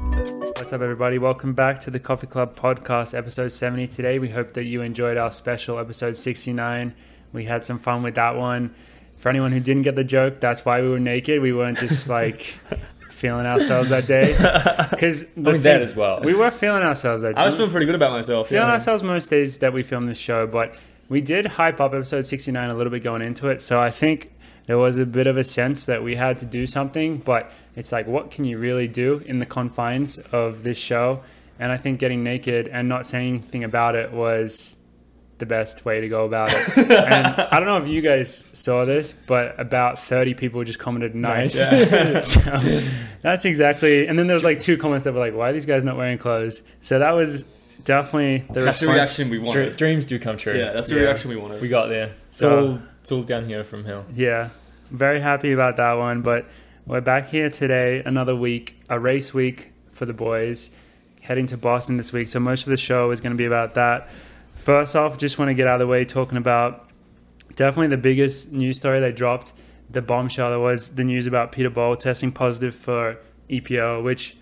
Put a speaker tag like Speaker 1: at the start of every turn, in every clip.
Speaker 1: What's up, everybody? Welcome back to the Coffee Club podcast, episode 70 today. We hope that you enjoyed our special episode 69. We had some fun with that one. For anyone who didn't get the joke, that's why we were naked. We weren't just like feeling ourselves that day. Because
Speaker 2: I mean, that as well.
Speaker 1: We were feeling ourselves that day.
Speaker 2: I was feeling pretty good about myself.
Speaker 1: feeling ourselves most days that we film this show, but we did hype up episode 69 a little bit going into it. So I think there was a bit of a sense that we had to do something, but it's like, what can you really do in the confines of this show? And I think getting naked and not saying anything about it was the best way to go about it. and I don't know if you guys saw this, but about 30 people just commented, nice. so that's exactly. And then there was like two comments that were like, why are these guys not wearing clothes? So that was definitely the
Speaker 2: That's the
Speaker 1: response.
Speaker 2: reaction we
Speaker 3: Dr-
Speaker 2: wanted.
Speaker 3: dreams do come true.
Speaker 2: Yeah, that's the
Speaker 1: Yeah.
Speaker 2: reaction we wanted.
Speaker 3: we got there. It's
Speaker 1: So-
Speaker 3: all it's all down here from hill.
Speaker 1: Yeah, very happy about that one. But we're back here today, another week, a race week for the boys, heading to Boston this week. So most of the show is going to be about that. First off, just want to get out of the way talking about definitely the biggest news story they dropped, the bombshell that was the news about Peter Ball testing positive for EPO, which.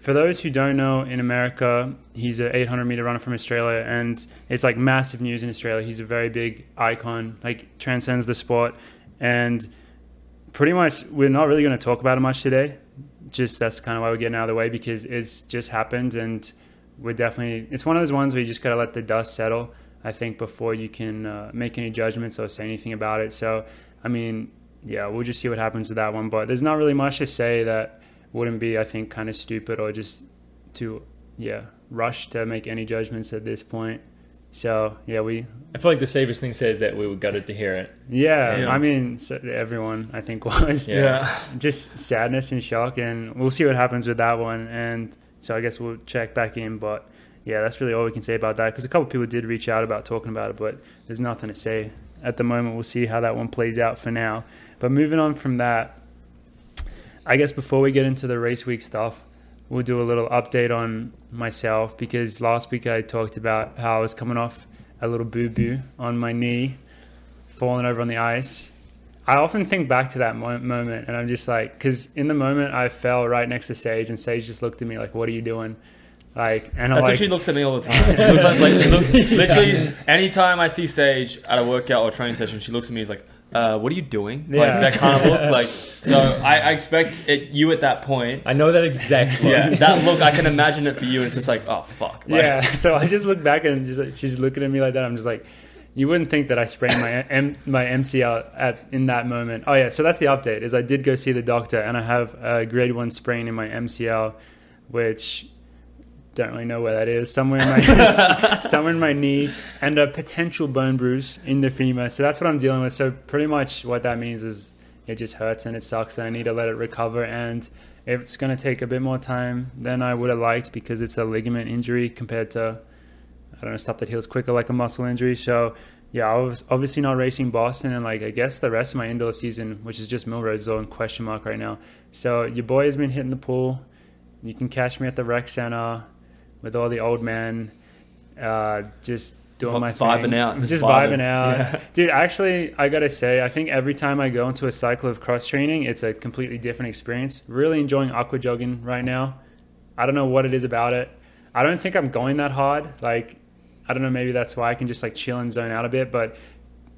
Speaker 1: For those who don't know, in America, he's an 800 meter runner from Australia, and it's like massive news in Australia. He's a very big icon, like transcends the sport, and pretty much we're not really going to talk about it much today. Just that's kind of why we're getting out of the way because it's just happened, and we're definitely it's one of those ones where you just got to let the dust settle. I think before you can uh, make any judgments or say anything about it. So, I mean, yeah, we'll just see what happens with that one. But there's not really much to say that wouldn't be, I think, kind of stupid or just too, yeah, rush to make any judgments at this point. So, yeah, we,
Speaker 3: I feel like the safest thing says that we were gutted to hear it.
Speaker 1: yeah,
Speaker 2: Yeah.
Speaker 1: I mean, so everyone, I think, was.
Speaker 3: Yeah.
Speaker 1: Just sadness and shock. And we'll see what happens with that one. And so I guess we'll check back in. But, yeah, that's really all we can say about that because a couple people did reach out about talking about it, but there's nothing to say at the moment. We'll see how that one plays out for now. But moving on from that, I guess before we get into the race week stuff, we'll do a little update on myself because last week I talked about how I was coming off a little boo boo on my knee, falling over on the ice. I often think back to that mo- moment and I'm just like, because in the moment I fell right next to Sage and Sage just looked at me like, "What are you doing?" Like, and I'm
Speaker 2: That's
Speaker 1: like,
Speaker 2: what she looks at me all the time. She looks like, like, she look, literally, anytime I see Sage at a workout or training session, she looks at me and is like, uh, what are you doing?
Speaker 1: Yeah.
Speaker 2: Like that kind of look. Like so, I, I expect it. You at that point,
Speaker 3: I know that exact look.
Speaker 2: yeah, that look. I can imagine it for you, and it's just like, oh fuck. Like,
Speaker 1: yeah. So I just look back and just like, she's looking at me like that. I'm just like, you wouldn't think that I sprained my M- my MCL at in that moment. Oh yeah. So that's the update. Is I did go see the doctor and I have a grade one sprain in my MCL, which don't really know where that is. Somewhere in my somewhere in my knee and a potential bone bruise in the femur. So that's what I'm dealing with. So pretty much what that means is it just hurts and it sucks and I need to let it recover and it's going to take a bit more time than I would have liked because it's a ligament injury compared to I don't know stuff that heals quicker like a muscle injury. So yeah, I was obviously not racing Boston and like I guess the rest of my indoor season, which is just Milrose, is all in question mark right now. So your boy has been hitting the pool. You can catch me at the rec center with all the old men, uh, just doing
Speaker 2: Vi-
Speaker 1: my
Speaker 2: vibing
Speaker 1: thing.
Speaker 2: out,
Speaker 1: just,
Speaker 2: just
Speaker 1: vibing,
Speaker 2: vibing.
Speaker 1: out, dude. Actually, I gotta say, I think every time I go into a cycle of cross training, it's a completely different experience. Really enjoying aqua jogging right now. I don't know what it is about it. I don't think I'm going that hard. Like, I don't know. Maybe that's why I can just like chill and zone out a bit. But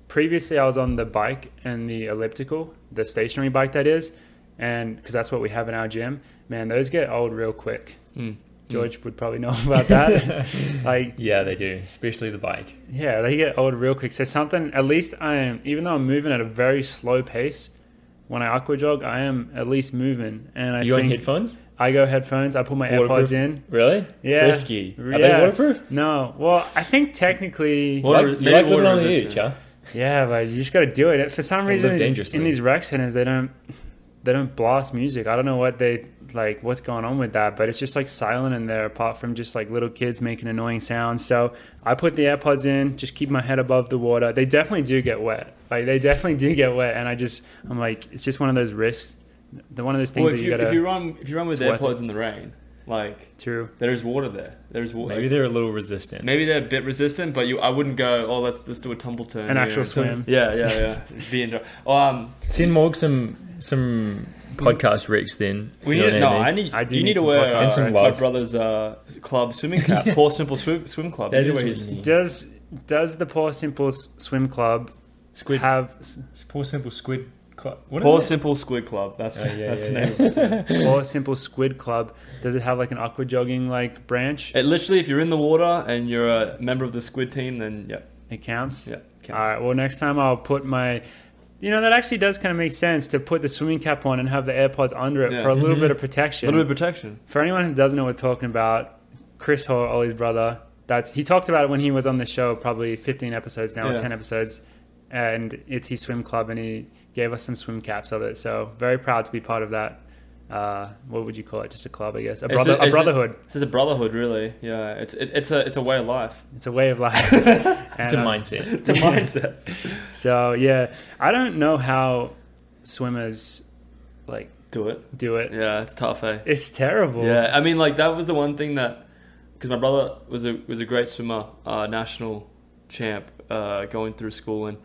Speaker 1: previously, I was on the bike and the elliptical, the stationary bike that is, and because that's what we have in our gym. Man, those get old real quick.
Speaker 3: Hmm.
Speaker 2: Mm.
Speaker 1: George would probably know about that. like,
Speaker 3: Yeah, they do, especially the bike.
Speaker 1: yeah, they get old real quick. So something, at least I am, even though I'm moving at a very slow pace, when I aqua jog, I am at least moving. And I
Speaker 3: you on
Speaker 1: think
Speaker 3: headphones?
Speaker 1: I go headphones. I put my AirPods
Speaker 3: Waterproof?
Speaker 1: in.
Speaker 3: Really?
Speaker 1: Yeah.
Speaker 3: Risky. Are
Speaker 1: Yeah.
Speaker 3: they waterproof?
Speaker 1: No, well, I think technically,
Speaker 2: Water-
Speaker 3: you like, you
Speaker 2: maybe
Speaker 3: like living
Speaker 2: water
Speaker 3: on the edge,
Speaker 2: resistant.
Speaker 3: huh?
Speaker 1: yeah, but you just got to do it. For some
Speaker 3: They
Speaker 1: reason,
Speaker 3: live
Speaker 1: these-
Speaker 3: dangerously.
Speaker 1: in these rec centers, they don't they don't blast music. I don't know what they like, what's going on with that, but it's just like silent in there, apart from just like little kids making annoying sounds. So I put the AirPods in, just keep my head above the water. They definitely do get wet. Like they definitely do get wet, and I just I'm like, it's just one of those risks, the one of those things
Speaker 2: Well, if
Speaker 1: that
Speaker 2: you,
Speaker 1: you, gotta.
Speaker 2: if you run if you run with
Speaker 1: it's worth
Speaker 2: AirPods in the rain, like
Speaker 1: True.
Speaker 2: there is water there. There is water.
Speaker 3: Maybe they're a little resistant.
Speaker 2: Maybe they're a bit resistant, but you, I wouldn't go. Oh, let's let's do a tumble turn.
Speaker 1: An
Speaker 2: here."
Speaker 1: actual swim.
Speaker 2: Yeah, yeah, yeah. Be in. oh, Um,
Speaker 3: Send Morg some some podcast rigs then. if
Speaker 2: We
Speaker 3: you know
Speaker 2: need
Speaker 3: what
Speaker 2: no. I
Speaker 3: mean.
Speaker 2: need.
Speaker 1: I do
Speaker 2: you
Speaker 1: need
Speaker 2: need to
Speaker 1: some
Speaker 2: wear uh,
Speaker 1: podcasts.
Speaker 3: eh, And some
Speaker 2: my
Speaker 3: love.
Speaker 2: brother's uh, club swimming cap. Poor simple swim swim club.
Speaker 3: That
Speaker 2: You know
Speaker 3: is
Speaker 2: where
Speaker 3: what
Speaker 2: he's-
Speaker 3: you need.
Speaker 1: Does does the Poor Simple S- Swim Club
Speaker 3: Squid.
Speaker 1: have
Speaker 3: It's poor simple squid. Cl- what is
Speaker 2: Poor
Speaker 3: it?
Speaker 2: simple squid club. That's
Speaker 3: Oh, yeah,
Speaker 2: that's
Speaker 3: yeah,
Speaker 2: the
Speaker 3: yeah.
Speaker 2: name.
Speaker 1: Poor Simple Squid Club? Does it have like an aqua jogging like branch?
Speaker 2: It literally, if you're in the water and you're a member of the squid team, then yeah,
Speaker 1: It counts.
Speaker 2: yeah, counts.
Speaker 1: All right. Well, next time I'll put my. You know that actually does kind of make sense to put the swimming cap on and have the AirPods under it
Speaker 2: Yeah.
Speaker 1: for a little
Speaker 3: Mhm.
Speaker 1: bit of
Speaker 2: A
Speaker 1: protection.
Speaker 2: little bit of protection.
Speaker 1: For anyone who doesn't know what we're talking about, Chris Hoare, Ollie's brother, that's he talked about it when he was on the show, probably 15 episodes now, or
Speaker 2: Yeah.
Speaker 1: 10 episodes, and it's his swim club, and he gave us some swim caps of it. So very proud to be part of that. Uh, what would you call it? Just a club, I guess. A,
Speaker 2: It's
Speaker 1: brother,
Speaker 2: it's
Speaker 1: a brotherhood.
Speaker 2: This is a brotherhood, really. Yeah, it's it, it's a it's a way of life.
Speaker 1: It's a way of life.
Speaker 3: It's
Speaker 1: And,
Speaker 3: a
Speaker 1: uh,
Speaker 3: mindset.
Speaker 2: It's a mindset.
Speaker 1: So yeah, I don't know how swimmers like
Speaker 2: Do it.
Speaker 1: do it.
Speaker 2: Yeah, it's tough, eh?
Speaker 1: It's terrible.
Speaker 2: Yeah, I mean, like that was the one thing that because my brother was a was a great swimmer, uh, national champ, uh, going through school, and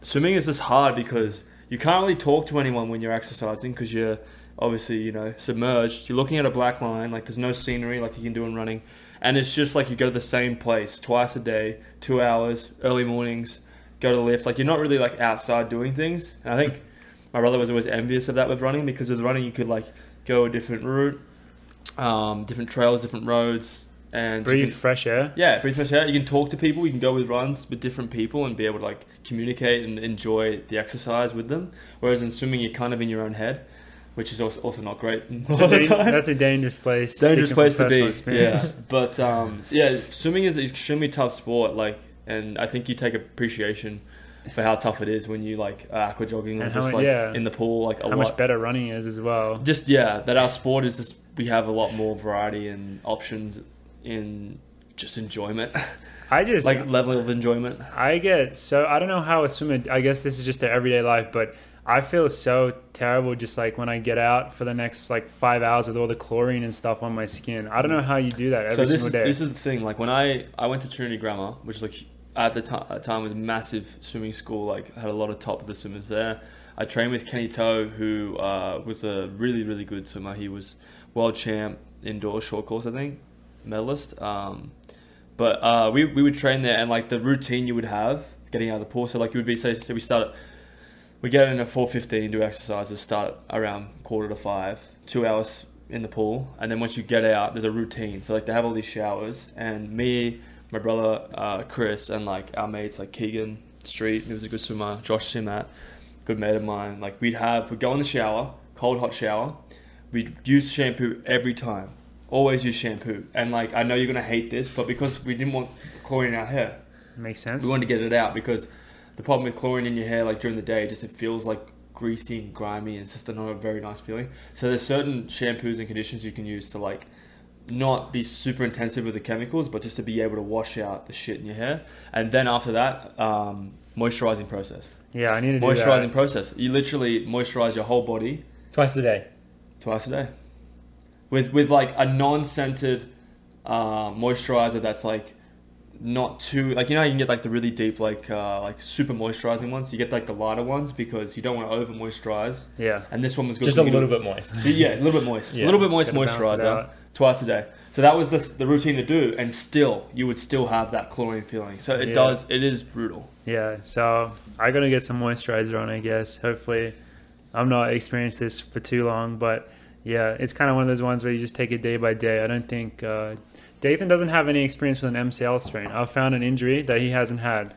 Speaker 2: swimming is just hard because you can't really talk to anyone when you're exercising because you're obviously you know submerged. You're looking at a black line, like there's no scenery like you can do in running, and it's just like you go to the same place twice a day, two hours, early mornings, go to the lift. Like you're not really like outside doing things. And I think my brother was always envious of that with running because with running you could like go a different route, um, different trails, different roads, and you
Speaker 1: Breathe
Speaker 2: can-
Speaker 1: fresh air.
Speaker 2: yeah, breathe fresh air. You can talk to people. You can go with runs with different people and be able to like communicate and enjoy the exercise with them. Whereas in swimming, you're kind of in your own head, which is also, also not great.
Speaker 1: It's
Speaker 2: all
Speaker 1: a
Speaker 2: the
Speaker 1: dan-
Speaker 2: time.
Speaker 1: that's a dangerous place.
Speaker 2: dangerous
Speaker 1: speaking from
Speaker 2: place to be.
Speaker 1: personal experience.
Speaker 2: Yeah, but um, yeah, swimming is an extremely tough sport. Like, and I think you take appreciation for how tough it is when you like are aqua jogging or
Speaker 1: And how
Speaker 2: just
Speaker 1: mu-
Speaker 2: like
Speaker 1: yeah.
Speaker 2: in the pool, like a
Speaker 1: How
Speaker 2: lot.
Speaker 1: much better running is as well.
Speaker 2: just yeah, that our sport is just we have a lot more variety and options in just enjoyment.
Speaker 1: I just
Speaker 2: like level of enjoyment.
Speaker 1: I get so I don't know how a swimmer. I guess this is just their everyday life, but I feel so terrible just like when I get out for the next like five hours with all the chlorine and stuff on my skin. I don't know how you do that every
Speaker 2: so this
Speaker 1: single
Speaker 2: is,
Speaker 1: day.
Speaker 2: this is the thing. Like when I I went to Trinity Grammar, which is like at the ti- at time was a massive swimming school. Like had a lot of top of the swimmers there. I trained with Kenny Toe, who uh, was a really really good swimmer. He was world champ indoor short course, I think, medalist. Um, but uh, we we would train there, and like the routine you would have getting out of the pool. So like you would be say, so we start at we get in at four fifteen, do exercises, start around quarter to five, two hours in the pool, and then once you get out, there's a routine. So like they have all these showers, and me, my brother uh, Chris, and like our mates like Keegan Street, who was a good swimmer, Josh Simat, good mate of mine. Like we'd have we'd go in the shower, cold hot shower, we'd use shampoo every time, always use shampoo. And like I know you're gonna hate this, but because we didn't want chlorine in our hair,
Speaker 1: Makes sense.
Speaker 2: we wanted to get it out because the problem with chlorine in your hair, like during the day, just it feels like greasy and grimy, and it's just not a very nice feeling. So there's certain shampoos and conditions you can use to like not be super intensive with the chemicals, but just to be able to wash out the shit in your hair. And then after that, um, moisturizing process.
Speaker 1: yeah, I need to do
Speaker 2: Moisturizing
Speaker 1: that.
Speaker 2: process. You literally moisturize your whole body
Speaker 3: Twice a day.
Speaker 2: twice a day with with like a non-scented uh, moisturizer that's like not too like you know how you can get like the really deep like uh, like super moisturizing ones you get like the lighter ones because you don't want to over moisturize
Speaker 1: Yeah,
Speaker 2: and this one was good
Speaker 3: Just a
Speaker 2: You
Speaker 3: little
Speaker 2: do-
Speaker 3: bit moist.
Speaker 2: so, yeah a little bit moist
Speaker 3: Yeah,
Speaker 2: a little bit moist
Speaker 1: gotta balance it
Speaker 2: moisturizer
Speaker 1: out.
Speaker 2: twice a day so that was the, the routine to do and still you would still have that chlorine feeling so it
Speaker 1: Yeah.
Speaker 2: does it is brutal
Speaker 1: yeah. So I gotta get some moisturizer on. I guess hopefully, I'm not experienced this for too long, but yeah, it's kind of one of those ones where you just take it day by day. I don't think. Uh, Dathan doesn't have any experience with an MCL strain. I've found an injury that he hasn't had.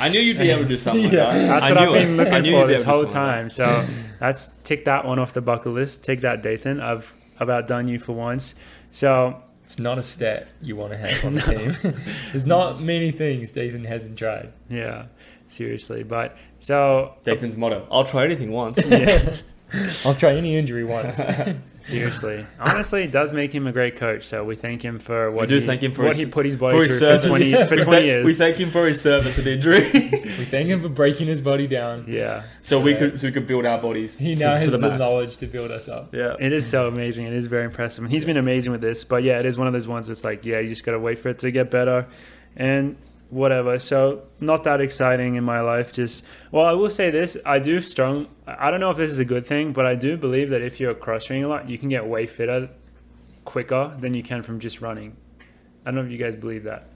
Speaker 2: I knew you'd be able to do something like
Speaker 3: Yeah.
Speaker 2: that
Speaker 1: That's
Speaker 2: I
Speaker 1: what
Speaker 2: knew
Speaker 1: I've
Speaker 2: it.
Speaker 1: been
Speaker 2: I
Speaker 1: looking
Speaker 2: knew you'd
Speaker 1: for
Speaker 2: be
Speaker 1: this
Speaker 2: able to
Speaker 1: whole
Speaker 2: do something like that.
Speaker 1: time. So that's tick that one off the bucket list. Take that, Dathan. I've about done you for once. So
Speaker 3: It's not a stat you want to have on the team. There's not many things Dathan hasn't tried.
Speaker 1: yeah, seriously. But so
Speaker 2: Dathan's motto I'll try anything once
Speaker 1: yeah,
Speaker 3: I'll try any injury once.
Speaker 1: seriously. Honestly, it does make him a great coach. So we thank him for what
Speaker 2: do
Speaker 1: he,
Speaker 2: thank him for
Speaker 1: what
Speaker 2: his-
Speaker 1: he put his
Speaker 2: for
Speaker 1: body
Speaker 2: his
Speaker 1: through for
Speaker 2: service.
Speaker 1: twenty for
Speaker 2: we
Speaker 1: twenty
Speaker 2: thank- We
Speaker 1: years.
Speaker 2: thank him for his service with injury,
Speaker 3: we thank him for breaking his body down.
Speaker 1: yeah.
Speaker 2: so we
Speaker 3: Yeah.
Speaker 2: could so we could build our bodies.
Speaker 3: He
Speaker 2: to-
Speaker 3: now
Speaker 2: to,
Speaker 3: has
Speaker 2: the,
Speaker 3: the,
Speaker 2: max.
Speaker 3: knowledge to build us up.
Speaker 2: Yeah,
Speaker 1: It is so amazing. It is very impressive. And he's been amazing with this. But yeah, it is one of those ones that's like, yeah, you just got to wait for it to get better. And whatever. So not that exciting in my life. Just well, I will say this: I do strong. I don't know if this is a good thing, but I do believe that if you're cross training a lot, you can get way fitter quicker than you can from just running. I don't know if you guys believe that.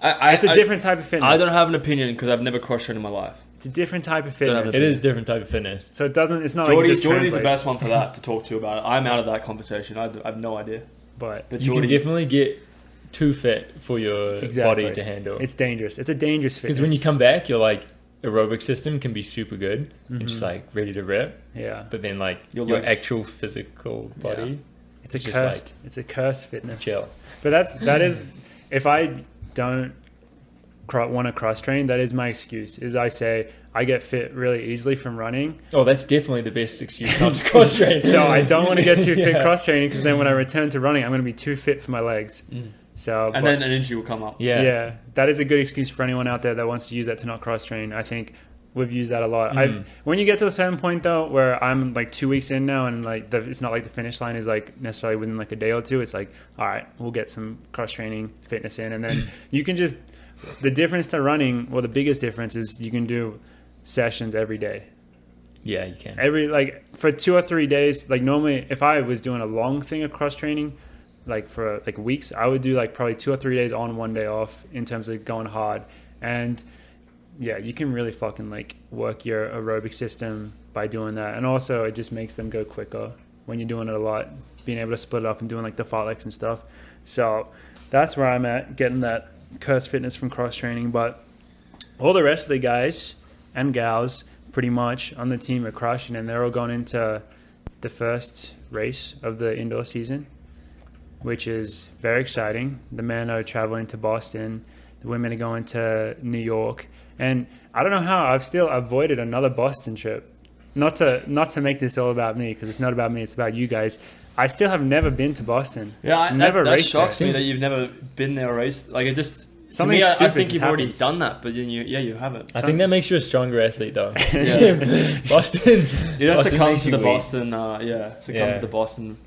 Speaker 2: I, I,
Speaker 1: It's a
Speaker 2: I-
Speaker 1: different type of fitness.
Speaker 2: I don't have an opinion because I've never cross trained in my life.
Speaker 1: It's a different type of
Speaker 2: Don't have
Speaker 1: fitness.
Speaker 3: It is a different type of fitness.
Speaker 1: So it doesn't. It's not like it
Speaker 2: Jordy,
Speaker 1: Oh, just
Speaker 2: Jordy's the
Speaker 1: translates,
Speaker 2: best one for that to talk to about it. I'm out of that conversation. I, d- I have no idea.
Speaker 1: But
Speaker 2: But
Speaker 3: you
Speaker 2: Jordy,
Speaker 3: can definitely get too fit for your
Speaker 1: Exactly.
Speaker 3: body to handle.
Speaker 1: it's dangerous. It's a dangerous fitness.
Speaker 3: Because when you come back, your like aerobic system can be super good
Speaker 1: Mm-hmm.
Speaker 3: and just like ready to rip,
Speaker 1: yeah,
Speaker 3: but then like
Speaker 2: Your
Speaker 3: your,
Speaker 2: legs-
Speaker 3: actual physical body,
Speaker 1: it's a
Speaker 3: just
Speaker 1: cursed. it's a cursed fitness.
Speaker 3: chill.
Speaker 1: But that's that is if I don't cro- want to cross train, that is my excuse. Is I say I get fit really easily from running,
Speaker 3: Oh, that's definitely the best excuse not to cross train.
Speaker 1: so I don't want to get too fit
Speaker 3: Yeah.
Speaker 1: cross training because then when I return to running, I'm going to be too fit for my legs.
Speaker 2: Mm.
Speaker 1: So but-
Speaker 2: and then an injury will come up.
Speaker 1: yeah.
Speaker 3: Yeah.
Speaker 1: that is a good excuse for anyone out there that wants to use that to not cross train. I think we've used that a lot. I
Speaker 3: Mhm.
Speaker 1: when you get to a certain point though, where I'm like two weeks in now, and like the, it's not like the finish line is like necessarily within like a day or two. It's like all right, we'll get some cross training fitness in, and then you can just the difference to running. Well, the biggest difference is you can do sessions every day
Speaker 3: Yeah, you can.
Speaker 1: every like for two or three days like normally if i was doing a long thing of cross training like for like weeks i would do like probably two or three days on one day off in terms of going hard and yeah you can really fucking like work your aerobic system by doing that and also it just makes them go quicker when you're doing it a lot being able to split it up and doing like the fartleks and stuff so that's where i'm at getting that cursed fitness from cross training but all the rest of the guys and gals pretty much on the team are crushing and they're all going into the first race of the indoor season which is very exciting the men are traveling to boston the women are going to new york and i don't know how i've still avoided another boston trip not to not to make this all about me because it's not about me it's about you guys i still have never been to boston
Speaker 2: Yeah, I,
Speaker 1: never
Speaker 2: never that, that
Speaker 1: raced
Speaker 2: shocks
Speaker 1: there.
Speaker 2: me that you've never been there or raced. Like it just
Speaker 1: Something
Speaker 2: to me, I- I,
Speaker 1: stupid
Speaker 2: think
Speaker 1: just
Speaker 2: you've already
Speaker 1: happens.
Speaker 2: done that, but then you yeah you haven't.
Speaker 3: I think that makes you a stronger athlete, though.
Speaker 2: Yeah.
Speaker 3: Boston.
Speaker 2: It has to
Speaker 3: Boston
Speaker 2: come
Speaker 3: makes
Speaker 2: to
Speaker 3: you
Speaker 2: the
Speaker 3: weak.
Speaker 2: Boston. Uh, yeah, to come
Speaker 3: Yeah.
Speaker 2: to the Boston.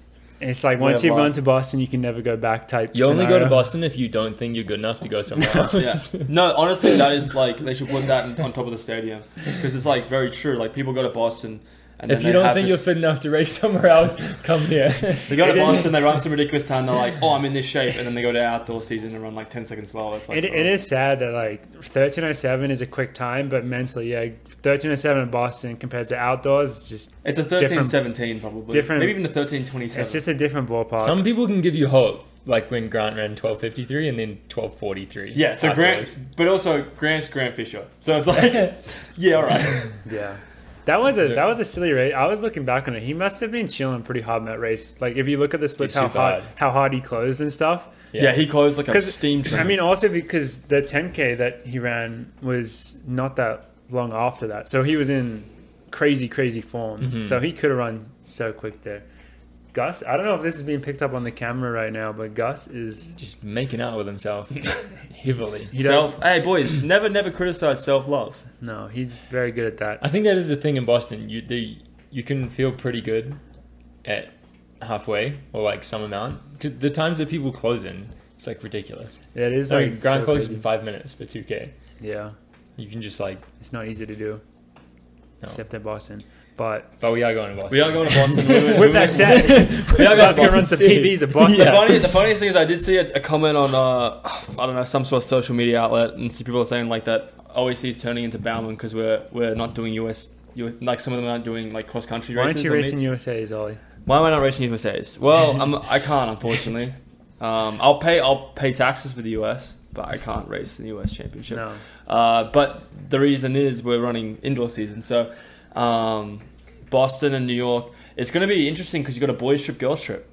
Speaker 1: it's like
Speaker 2: Way
Speaker 1: once
Speaker 2: of
Speaker 1: you've gone
Speaker 2: life.
Speaker 1: to boston you can never go back type
Speaker 3: You only go to
Speaker 1: scenario.
Speaker 3: Boston if you don't think you're good enough to go somewhere
Speaker 2: Yeah.
Speaker 3: else.
Speaker 2: No, honestly, that is like they should put that on top of the stadium because it's like very true. Like people go to Boston, and
Speaker 3: if
Speaker 2: then
Speaker 3: you
Speaker 2: they
Speaker 3: don't
Speaker 2: have
Speaker 3: think you're
Speaker 2: this,
Speaker 3: fit enough to race somewhere else, come here.
Speaker 2: they go
Speaker 1: It
Speaker 2: to
Speaker 1: is-
Speaker 2: Boston, they run some ridiculous time. They're like, oh, I'm in this shape, and then they go to outdoor season and run like ten seconds slower. It's like
Speaker 1: it,
Speaker 2: oh.
Speaker 1: it is sad that like 1307 is a quick time, but mentally, yeah, 1307 in Boston compared to outdoors, it's just
Speaker 2: It's a thirteen
Speaker 1: different-
Speaker 2: seventeen probably.
Speaker 1: different-
Speaker 2: Maybe even a thirteen twenty
Speaker 1: it's
Speaker 2: seven.
Speaker 1: just a different ballpark.
Speaker 3: Some people can give you hope, like when Grant ran 12:53 and then 12:43.
Speaker 2: Yeah, so
Speaker 3: afterwards.
Speaker 2: Grant, but also Grant's Grant Fisher. So it's like, yeah, all right.
Speaker 1: yeah, that was a that was a silly race. I was looking back on it. He must have been chilling pretty hard in that race. Like if you look at the splits,
Speaker 3: He's
Speaker 1: how
Speaker 3: super
Speaker 1: hard
Speaker 3: hard.
Speaker 1: how hard he closed and stuff.
Speaker 2: Yeah, he closed like a
Speaker 1: 'Cause,
Speaker 2: steam train.
Speaker 1: I mean, also because the 10k that he ran was not that long after that, so he was in crazy, crazy form.
Speaker 3: Mm-hmm.
Speaker 1: So he could have run so quick there. Gus, I don't know if this is being picked up on the camera right now, but Gus is
Speaker 3: just making out with himself heavily.
Speaker 1: he does
Speaker 2: self. Hey, boys, never, never criticize self love.
Speaker 1: no, he's very good at that.
Speaker 3: I think that is the thing in Boston. You the you can feel pretty good at halfway or like some amount. 'Cause The times that people close in, it's like ridiculous.
Speaker 1: It is
Speaker 3: It's like
Speaker 1: like
Speaker 3: Grant
Speaker 1: so
Speaker 3: closes
Speaker 1: crazy.
Speaker 3: in five minutes for 2k.
Speaker 1: Yeah,
Speaker 3: You can just like.
Speaker 1: it's not easy to do,
Speaker 3: No.
Speaker 1: except at Boston. But
Speaker 3: But we are going to Boston.
Speaker 2: We are going to Boston. We- we-
Speaker 1: with that said,
Speaker 3: we
Speaker 1: we're about to run some PBs at Boston.
Speaker 2: The,
Speaker 3: Yeah.
Speaker 2: funny, the funniest thing is, I did see a, a comment on, uh, I don't know, some sort of social media outlet, and see people saying like that OEC is turning into Bauman because we're we're not doing US, US, like some of them aren't doing like cross country
Speaker 1: why
Speaker 2: races.
Speaker 1: aren't you
Speaker 2: or
Speaker 1: racing
Speaker 2: meets.
Speaker 1: USA's, Ollie?
Speaker 2: Why am I not racing USA's? Well, I'm, I can't unfortunately. Um, I'll pay I'll pay taxes for the US, but I can't race in the US Championship.
Speaker 1: No,
Speaker 2: Uh, but the reason is we're running indoor season, so um, Boston and New York. It's going to be interesting because you've got a boys trip, girls trip.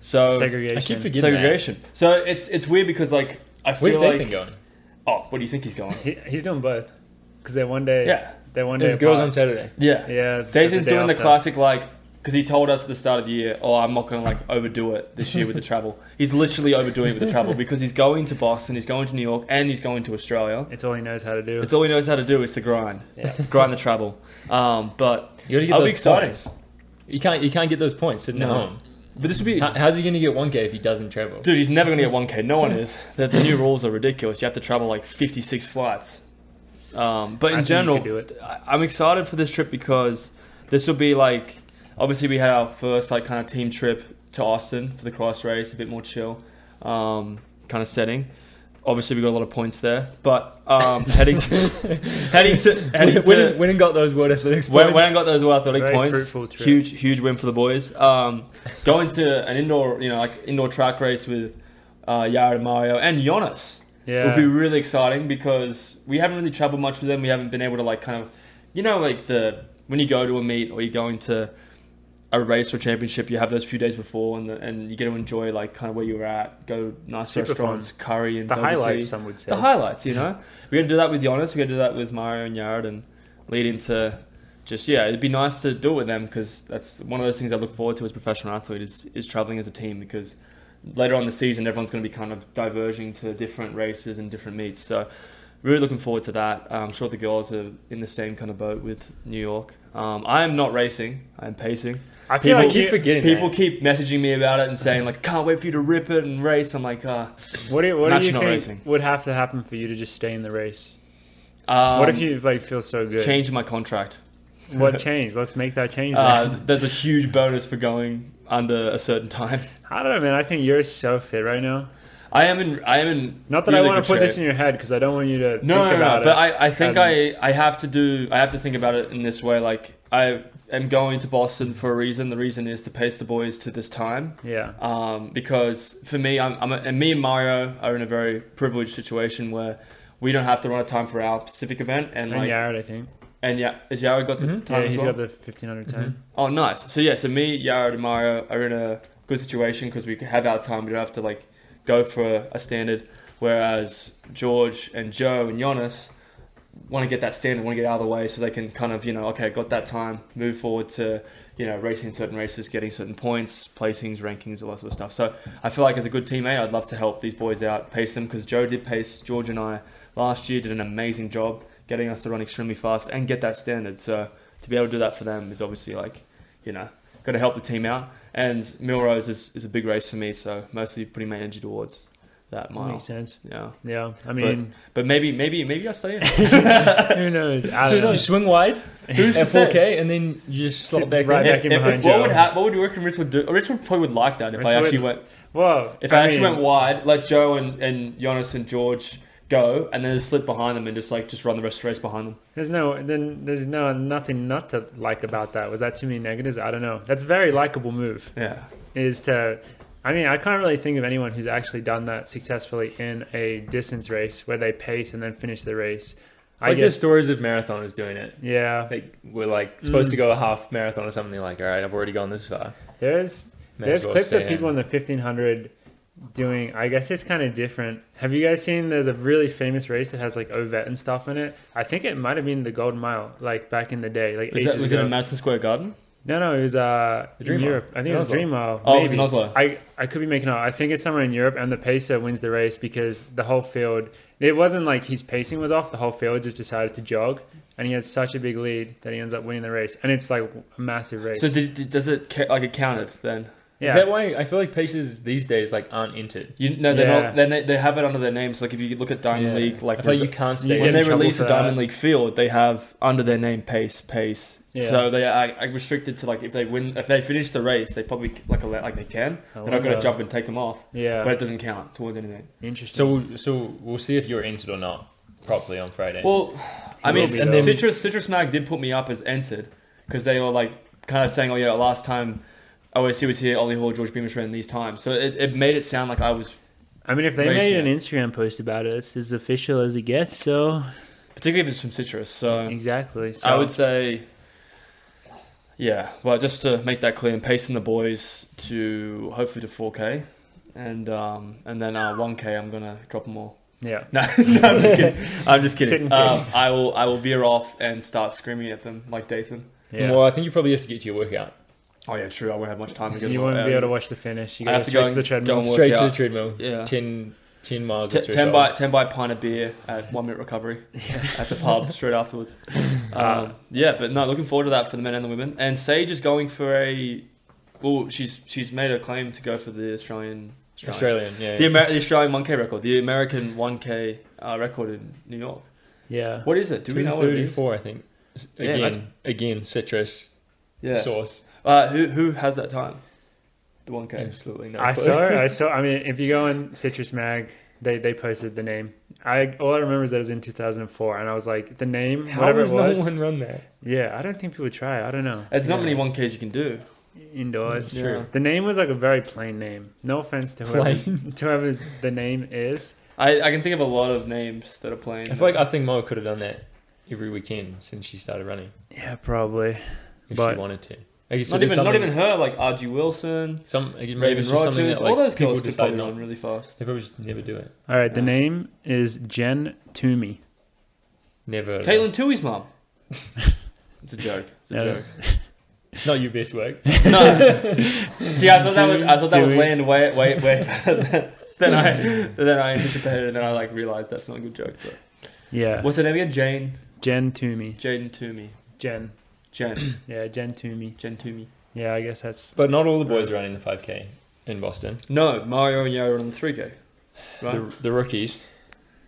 Speaker 2: So
Speaker 1: segregation.
Speaker 3: I keep forgetting
Speaker 2: segregation. So it's it's weird because like I
Speaker 3: That. Where's
Speaker 2: feel
Speaker 3: Dathan
Speaker 2: like
Speaker 3: going?
Speaker 2: oh, what do you think he's going?
Speaker 1: He, he's doing both because they're one day.
Speaker 2: Yeah.
Speaker 1: they're one day.
Speaker 3: His girls
Speaker 1: apart.
Speaker 3: on Saturday.
Speaker 2: Yeah,
Speaker 1: Yeah, the-
Speaker 2: Dathan's
Speaker 1: the day
Speaker 2: doing the
Speaker 1: after.
Speaker 2: classic like because he told us at the start of the year, oh, I'm not going to like overdo it this year with the travel. He's literally overdoing it with the travel because he's going to Boston, he's going to New York, and he's going to Australia.
Speaker 1: It's all he knows how to do.
Speaker 2: It's all he knows how to do is to grind,
Speaker 1: Yeah.
Speaker 2: grind the travel. Um, but
Speaker 3: You gotta get
Speaker 2: I'll
Speaker 3: those
Speaker 2: be excited.
Speaker 3: points. You can't. You can't get those points sitting
Speaker 2: No.
Speaker 3: at home.
Speaker 2: But this would be,
Speaker 3: How, how's he going to get 1K if he doesn't travel?
Speaker 2: dude. He's never gonna get one k. No one is. The, the new rules are ridiculous. You have to travel like fifty six flights. Um, but in
Speaker 1: I think you could
Speaker 2: general,
Speaker 1: do it.
Speaker 2: I- I'm excited for this trip because this will be like obviously we had our first like kind of team trip to Austin for the cross race, a bit more chill um, kind of setting. Obviously, we got a lot of points there, but um, heading to heading to heading
Speaker 3: Win-
Speaker 2: to
Speaker 3: Winning winning got those World Athletics
Speaker 2: when,
Speaker 3: points.
Speaker 2: when I got those World Athletic
Speaker 1: Very
Speaker 2: points,
Speaker 1: fruitful trip.
Speaker 2: huge huge win for the boys. Um, going to an indoor, you know, like indoor track race with uh, Yara and Mario and Jonas
Speaker 1: Yeah.
Speaker 2: would be really exciting because we haven't really traveled much with them. We haven't been able to like kind of, you know, like the when you go to a meet or you're going to a race or championship, you have those few days before and the, and you get to enjoy like kind of where you were at, go to nice
Speaker 1: Super
Speaker 2: restaurants, curry and
Speaker 1: the
Speaker 2: bubble tea
Speaker 1: highlights, some would say.
Speaker 2: the highlights, you know? We're going to do that with Giannis. We're going to do that with Mario and Yard and lead into just, yeah, it'd be nice to do it with them because that's one of those things I look forward to as a professional athlete is, is traveling as a team because later on in the season, everyone's going to be kind of diverging to different races and different meets. So, really looking forward to that. I'm sure the girls are in the same kind of boat with New York. Um, I am not racing, I am pacing.
Speaker 1: I feel
Speaker 3: I
Speaker 1: like
Speaker 3: keep
Speaker 1: you-
Speaker 3: forgetting
Speaker 2: People
Speaker 3: that.
Speaker 2: keep messaging me about it and saying, like, can't wait for you to rip it and race. I'm like, ah.
Speaker 1: What do you, what do you
Speaker 2: National
Speaker 1: think
Speaker 2: racing.
Speaker 1: would have to happen for you to just stay in the race?
Speaker 2: Um,
Speaker 1: what if you like feel so good?
Speaker 2: change my contract?
Speaker 1: What change? Let's make that change.
Speaker 2: Uh,
Speaker 1: now.
Speaker 2: there's a huge bonus for going under a certain time.
Speaker 1: I don't know, man. I think you're so fit right now.
Speaker 2: I am in. I am in.
Speaker 1: Not that
Speaker 2: really
Speaker 1: I want
Speaker 2: good
Speaker 1: to put this in
Speaker 2: shape.
Speaker 1: your head because I don't want you to
Speaker 2: No,
Speaker 1: think
Speaker 2: no, no,
Speaker 1: about
Speaker 2: no.
Speaker 1: it.
Speaker 2: But I, I think
Speaker 1: Um,
Speaker 2: I, I have to do. I have to think about it in this way. Like I am going to Boston for a reason. The reason is to pace the boys to this time.
Speaker 1: yeah,
Speaker 2: um, because for me, I'm, I'm and me and Mario are in a very privileged situation where we don't have to run a time for our specific event, and,
Speaker 1: and
Speaker 2: like,
Speaker 1: Yared, I think.
Speaker 2: and yeah, has Yara got the time?
Speaker 1: Yeah,
Speaker 2: as
Speaker 1: he's
Speaker 2: well?
Speaker 1: got the 1500 time.
Speaker 2: Oh, nice. So yeah, so me, Yara, and Mario are in a good situation because we can have our time. We don't have to like go for a standard. Whereas George and Joe and Giannis want to get that standard, want to get out of the way, so they can kind of you know, okay, got that time, move forward to you know, racing certain races, getting certain points, placings, rankings, all that sort of stuff. So I feel like as a good teammate, I'd love to help these boys out, pace them because Joe did pace George and I last year, did an amazing job getting us to run extremely fast and get that standard. So to be able to do that for them is obviously like, you know, got to help the team out. And Milrose is, is a big race for me, so mostly putting my energy towards that
Speaker 1: That
Speaker 2: mile.
Speaker 1: makes sense.
Speaker 2: Yeah,
Speaker 1: Yeah, I mean,
Speaker 2: Mm-hmm. but maybe, maybe, maybe I stay in.
Speaker 1: who knows? I
Speaker 3: you
Speaker 1: don't know.
Speaker 3: swing wide
Speaker 2: Who's
Speaker 3: at
Speaker 2: to say?
Speaker 3: 4K and then you just slot
Speaker 1: Sit
Speaker 3: back
Speaker 1: right
Speaker 3: in.
Speaker 1: back in
Speaker 2: If- if-
Speaker 1: behind
Speaker 2: what
Speaker 1: Joe.
Speaker 2: would hap- what would you reckon Rich would do? Rich would probably would like that if
Speaker 1: Rich
Speaker 2: I
Speaker 1: would.
Speaker 2: actually went.
Speaker 1: Whoa,
Speaker 2: If I, actually
Speaker 1: mean,
Speaker 2: went wide, let Joe and, and Jonas and George go, and then just slip behind them and just like just run the rest of the race behind them.
Speaker 1: there's no, then there's no nothing not to like about that. Was that too many negatives? I don't know. That's a very likable move.
Speaker 2: Yeah,
Speaker 1: Is to, I mean, I can't really think of anyone who's actually done that successfully in a distance race where they pace and then finish the race.
Speaker 3: Like
Speaker 1: I
Speaker 3: the
Speaker 1: guess,
Speaker 3: stories of marathoners doing it.
Speaker 1: yeah.
Speaker 3: Like we're like supposed to go a half marathon or something. They're like, all right, I've already gone this far.
Speaker 1: There's
Speaker 3: May
Speaker 1: There's
Speaker 3: as well
Speaker 1: clips
Speaker 3: stay
Speaker 1: of people
Speaker 3: in.
Speaker 1: in the 1500 doing, I guess it's kind of different. Have you guys seen there's a really famous race that has like Ovet and stuff in it? I think it might have been the Golden Mile, like back in the day. Like
Speaker 2: was,
Speaker 1: ages
Speaker 2: that, was it
Speaker 1: ago.
Speaker 2: in Madison Square Garden?
Speaker 1: no, no, it was uh,
Speaker 3: The Dream
Speaker 1: in
Speaker 3: Mile.
Speaker 1: Europe. I think
Speaker 3: In
Speaker 1: it was
Speaker 3: Oslo.
Speaker 1: a Dream Mile.
Speaker 2: Oh, it was in
Speaker 1: maybe.
Speaker 2: Oslo.
Speaker 1: I, I could be making up. I think it's somewhere in Europe, and the pacer wins the race because the whole field, it wasn't like his pacing was off. The whole field just decided to jog, and he had such a big lead that he ends up winning the race. And it's like a massive race.
Speaker 2: So did, did, does it ca- like it counted then?
Speaker 1: yeah.
Speaker 3: Is that why I feel like paces these days like aren't entered?
Speaker 2: You no, they're
Speaker 1: Yeah.
Speaker 2: not. Then they, they have it under their names. Like if you look at Diamond League, like,
Speaker 3: I feel like
Speaker 2: res-
Speaker 3: you can't stay.
Speaker 1: you
Speaker 2: when
Speaker 1: get
Speaker 3: in.
Speaker 2: they
Speaker 1: in trouble
Speaker 2: release
Speaker 1: for
Speaker 2: a Diamond
Speaker 1: that.
Speaker 2: League field, they have under their name pace, pace.
Speaker 1: Yeah.
Speaker 2: So they are are restricted to like if they win, if they finish the race, they probably c- like allow- like they can.
Speaker 1: I
Speaker 2: They're not going
Speaker 1: wonder.
Speaker 2: to jump and take them off,
Speaker 1: Yeah.
Speaker 2: but it doesn't count towards anything.
Speaker 1: Interesting.
Speaker 3: So we'll, so we'll see if you're entered or not properly on Friday.
Speaker 2: Well, I mean,
Speaker 1: will be,
Speaker 2: and
Speaker 1: though.
Speaker 2: Citrus Citrus Mag did put me up as entered because they were like kind of saying, "Oh yeah, last time OSC was here, Ollie Hall, George Beamish ran these times." So it, it made it sound like I was,
Speaker 1: I mean, if they
Speaker 2: Race
Speaker 1: made
Speaker 2: yet.
Speaker 1: an Instagram post about it, it's as official as it gets. So
Speaker 2: particularly if it's from Citrus. Mm-hmm. So
Speaker 1: exactly. So
Speaker 2: Uh, I would say, yeah. Well, just to make that clear, I'm pacing the boys to hopefully to 4K, and um, and then uh, 1K. I'm gonna drop them all.
Speaker 1: yeah.
Speaker 2: No, no I'm just kidding. I'm just
Speaker 1: Sitting
Speaker 2: kidding. Um, I will I will veer off and start screaming at them like Dathan.
Speaker 1: Yeah.
Speaker 3: well, I think you probably have to get to your workout
Speaker 2: Oh yeah, true. I won't have much time to get
Speaker 1: you
Speaker 2: them all
Speaker 1: won't be
Speaker 2: out.
Speaker 1: able to watch the finish. You
Speaker 2: um, I
Speaker 1: got
Speaker 2: have
Speaker 1: to
Speaker 2: to go
Speaker 1: switch to
Speaker 2: and
Speaker 1: the treadmill.
Speaker 2: go and work
Speaker 3: straight to
Speaker 2: out.
Speaker 3: the treadmill.
Speaker 2: Yeah.
Speaker 3: 10, 10 miles.
Speaker 2: T-
Speaker 3: of
Speaker 2: ten
Speaker 3: threshold.
Speaker 2: by ten by pint of beer at one minute recovery at the pub straight afterwards.
Speaker 1: Uh,
Speaker 2: Um, yeah, but no, looking forward to that for the men and the women. And Sage is going for a Well, she's she's made a claim to go for the Australian.
Speaker 3: Australian, yeah.
Speaker 2: The, Amer- the Australian 1K record, the American 1K uh, record in New York.
Speaker 1: Yeah.
Speaker 2: What is it? Do we know what it is?
Speaker 3: 234, I think. S-
Speaker 2: Yeah,
Speaker 3: Again,
Speaker 2: that's-
Speaker 3: again, citrus
Speaker 2: Yeah.
Speaker 3: sauce.
Speaker 2: Uh, who who has that time? The 1K.
Speaker 3: Absolutely no.
Speaker 1: I
Speaker 3: clue.
Speaker 1: saw. I saw. I mean, if you go on Citrus Mag, they they posted the name. I all I remember is that it was in 2004, and I was like, the name,
Speaker 3: How
Speaker 1: whatever
Speaker 3: was
Speaker 1: it was.
Speaker 3: no one run that?
Speaker 1: Yeah, I don't think people try. it. I don't know.
Speaker 2: It's not many
Speaker 3: Yeah.
Speaker 2: 1Ks you can do.
Speaker 1: Indoors.
Speaker 3: That's true.
Speaker 1: The name was like a very plain name. No offense to whoever, to whoever's the name is.
Speaker 2: I, I can think of a lot of names that are playing.
Speaker 3: I feel like I think Mo could have done that every weekend since she started running
Speaker 1: Yeah, probably.
Speaker 3: if
Speaker 1: But-
Speaker 3: she wanted to. Like, so
Speaker 2: not,
Speaker 3: there's
Speaker 2: even, not
Speaker 3: something-
Speaker 2: even her, like RG Wilson,
Speaker 3: some like, maybe
Speaker 2: Raven
Speaker 3: it's just something
Speaker 2: Rogers.
Speaker 3: that like,
Speaker 2: all those
Speaker 3: people
Speaker 2: girls could
Speaker 3: decide
Speaker 2: probably
Speaker 3: not.
Speaker 2: run really fast.
Speaker 3: They probably just never do it.
Speaker 1: All right, the
Speaker 2: Yeah.
Speaker 1: name is Jen Toomey.
Speaker 3: Never. heard of
Speaker 2: Caitlin Tui's mom. it's a joke. It's a
Speaker 1: Yeah.
Speaker 2: joke.
Speaker 3: it. Not your best work.
Speaker 2: No. See, I thought that was, I thought that was
Speaker 1: Dewey.
Speaker 2: laying way, way, way better than, than I than I anticipated, and then I like realized that's not a good joke. But
Speaker 1: Yeah,
Speaker 2: what's her name again? Jane,
Speaker 1: Jen Toomey.
Speaker 2: Jaden Toomey,
Speaker 1: Jen.
Speaker 2: Jen,
Speaker 1: Yeah, Jen Toomey.
Speaker 2: Jen Toomey.
Speaker 1: Yeah, I guess that's
Speaker 3: But not all the boys are running the 5K in Boston.
Speaker 2: No, Mario and Yara on the three K. Right?
Speaker 3: The, the rookies,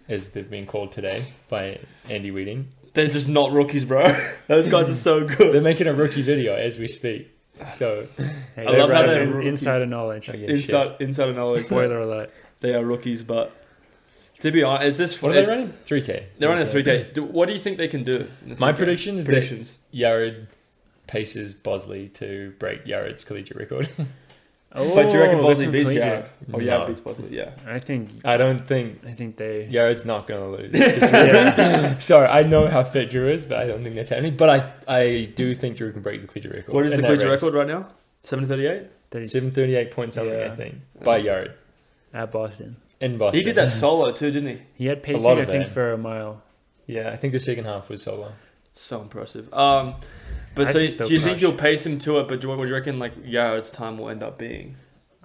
Speaker 3: as they've been called today by Andy Weeding,
Speaker 2: They're just not rookies, bro. Those guys are so good.
Speaker 3: they're making a rookie video as we speak. So
Speaker 1: hey,
Speaker 2: I love
Speaker 3: how
Speaker 1: that's
Speaker 3: they're
Speaker 1: in-
Speaker 2: rookies.
Speaker 1: insider knowledge.
Speaker 3: I guess shit.
Speaker 2: Inside, inside knowledge.
Speaker 1: Spoiler alert.
Speaker 2: They are rookies, but to be honest, it's just
Speaker 3: What are they
Speaker 2: it's-
Speaker 3: running? 3K.
Speaker 2: They're on a three K. What do you think they can do? in the
Speaker 3: My
Speaker 2: 3K?
Speaker 3: prediction is that
Speaker 2: predictions.
Speaker 3: Yared paces Bosley to break Yared's collegiate record.
Speaker 1: Oh,
Speaker 2: but do you reckon
Speaker 1: that's
Speaker 2: Bosley
Speaker 1: some
Speaker 2: beats
Speaker 1: collegiate.
Speaker 2: Yara? Oh yeah,
Speaker 3: No.
Speaker 2: beats Bosley. Yeah.
Speaker 1: I think.
Speaker 3: I don't think
Speaker 1: I think they.
Speaker 3: Yared's not going to lose. to Drew. Sorry, I know how fit Drew is, but I don't think that's happening. But I, I do think Drew can break the collegiate record.
Speaker 2: What is
Speaker 3: in
Speaker 2: the
Speaker 3: that
Speaker 2: collegiate
Speaker 3: race.
Speaker 2: record right now? Seven thirty-eight.
Speaker 1: they-
Speaker 3: 738 point something,
Speaker 1: Yeah.
Speaker 3: I think, by Yared
Speaker 1: at Boston.
Speaker 3: in Boston.
Speaker 2: He did that solo too, didn't he?
Speaker 1: He had
Speaker 3: lot
Speaker 1: pacing, I
Speaker 3: of
Speaker 1: think,
Speaker 3: that.
Speaker 1: for a mile.
Speaker 3: Yeah, I think the second half was solo.
Speaker 2: So impressive. Um, but
Speaker 1: I
Speaker 2: so,
Speaker 1: think they'll
Speaker 2: so you think
Speaker 1: crush.
Speaker 2: you'll pace him to it? But do you, what do you reckon? Like Yared's time will end up being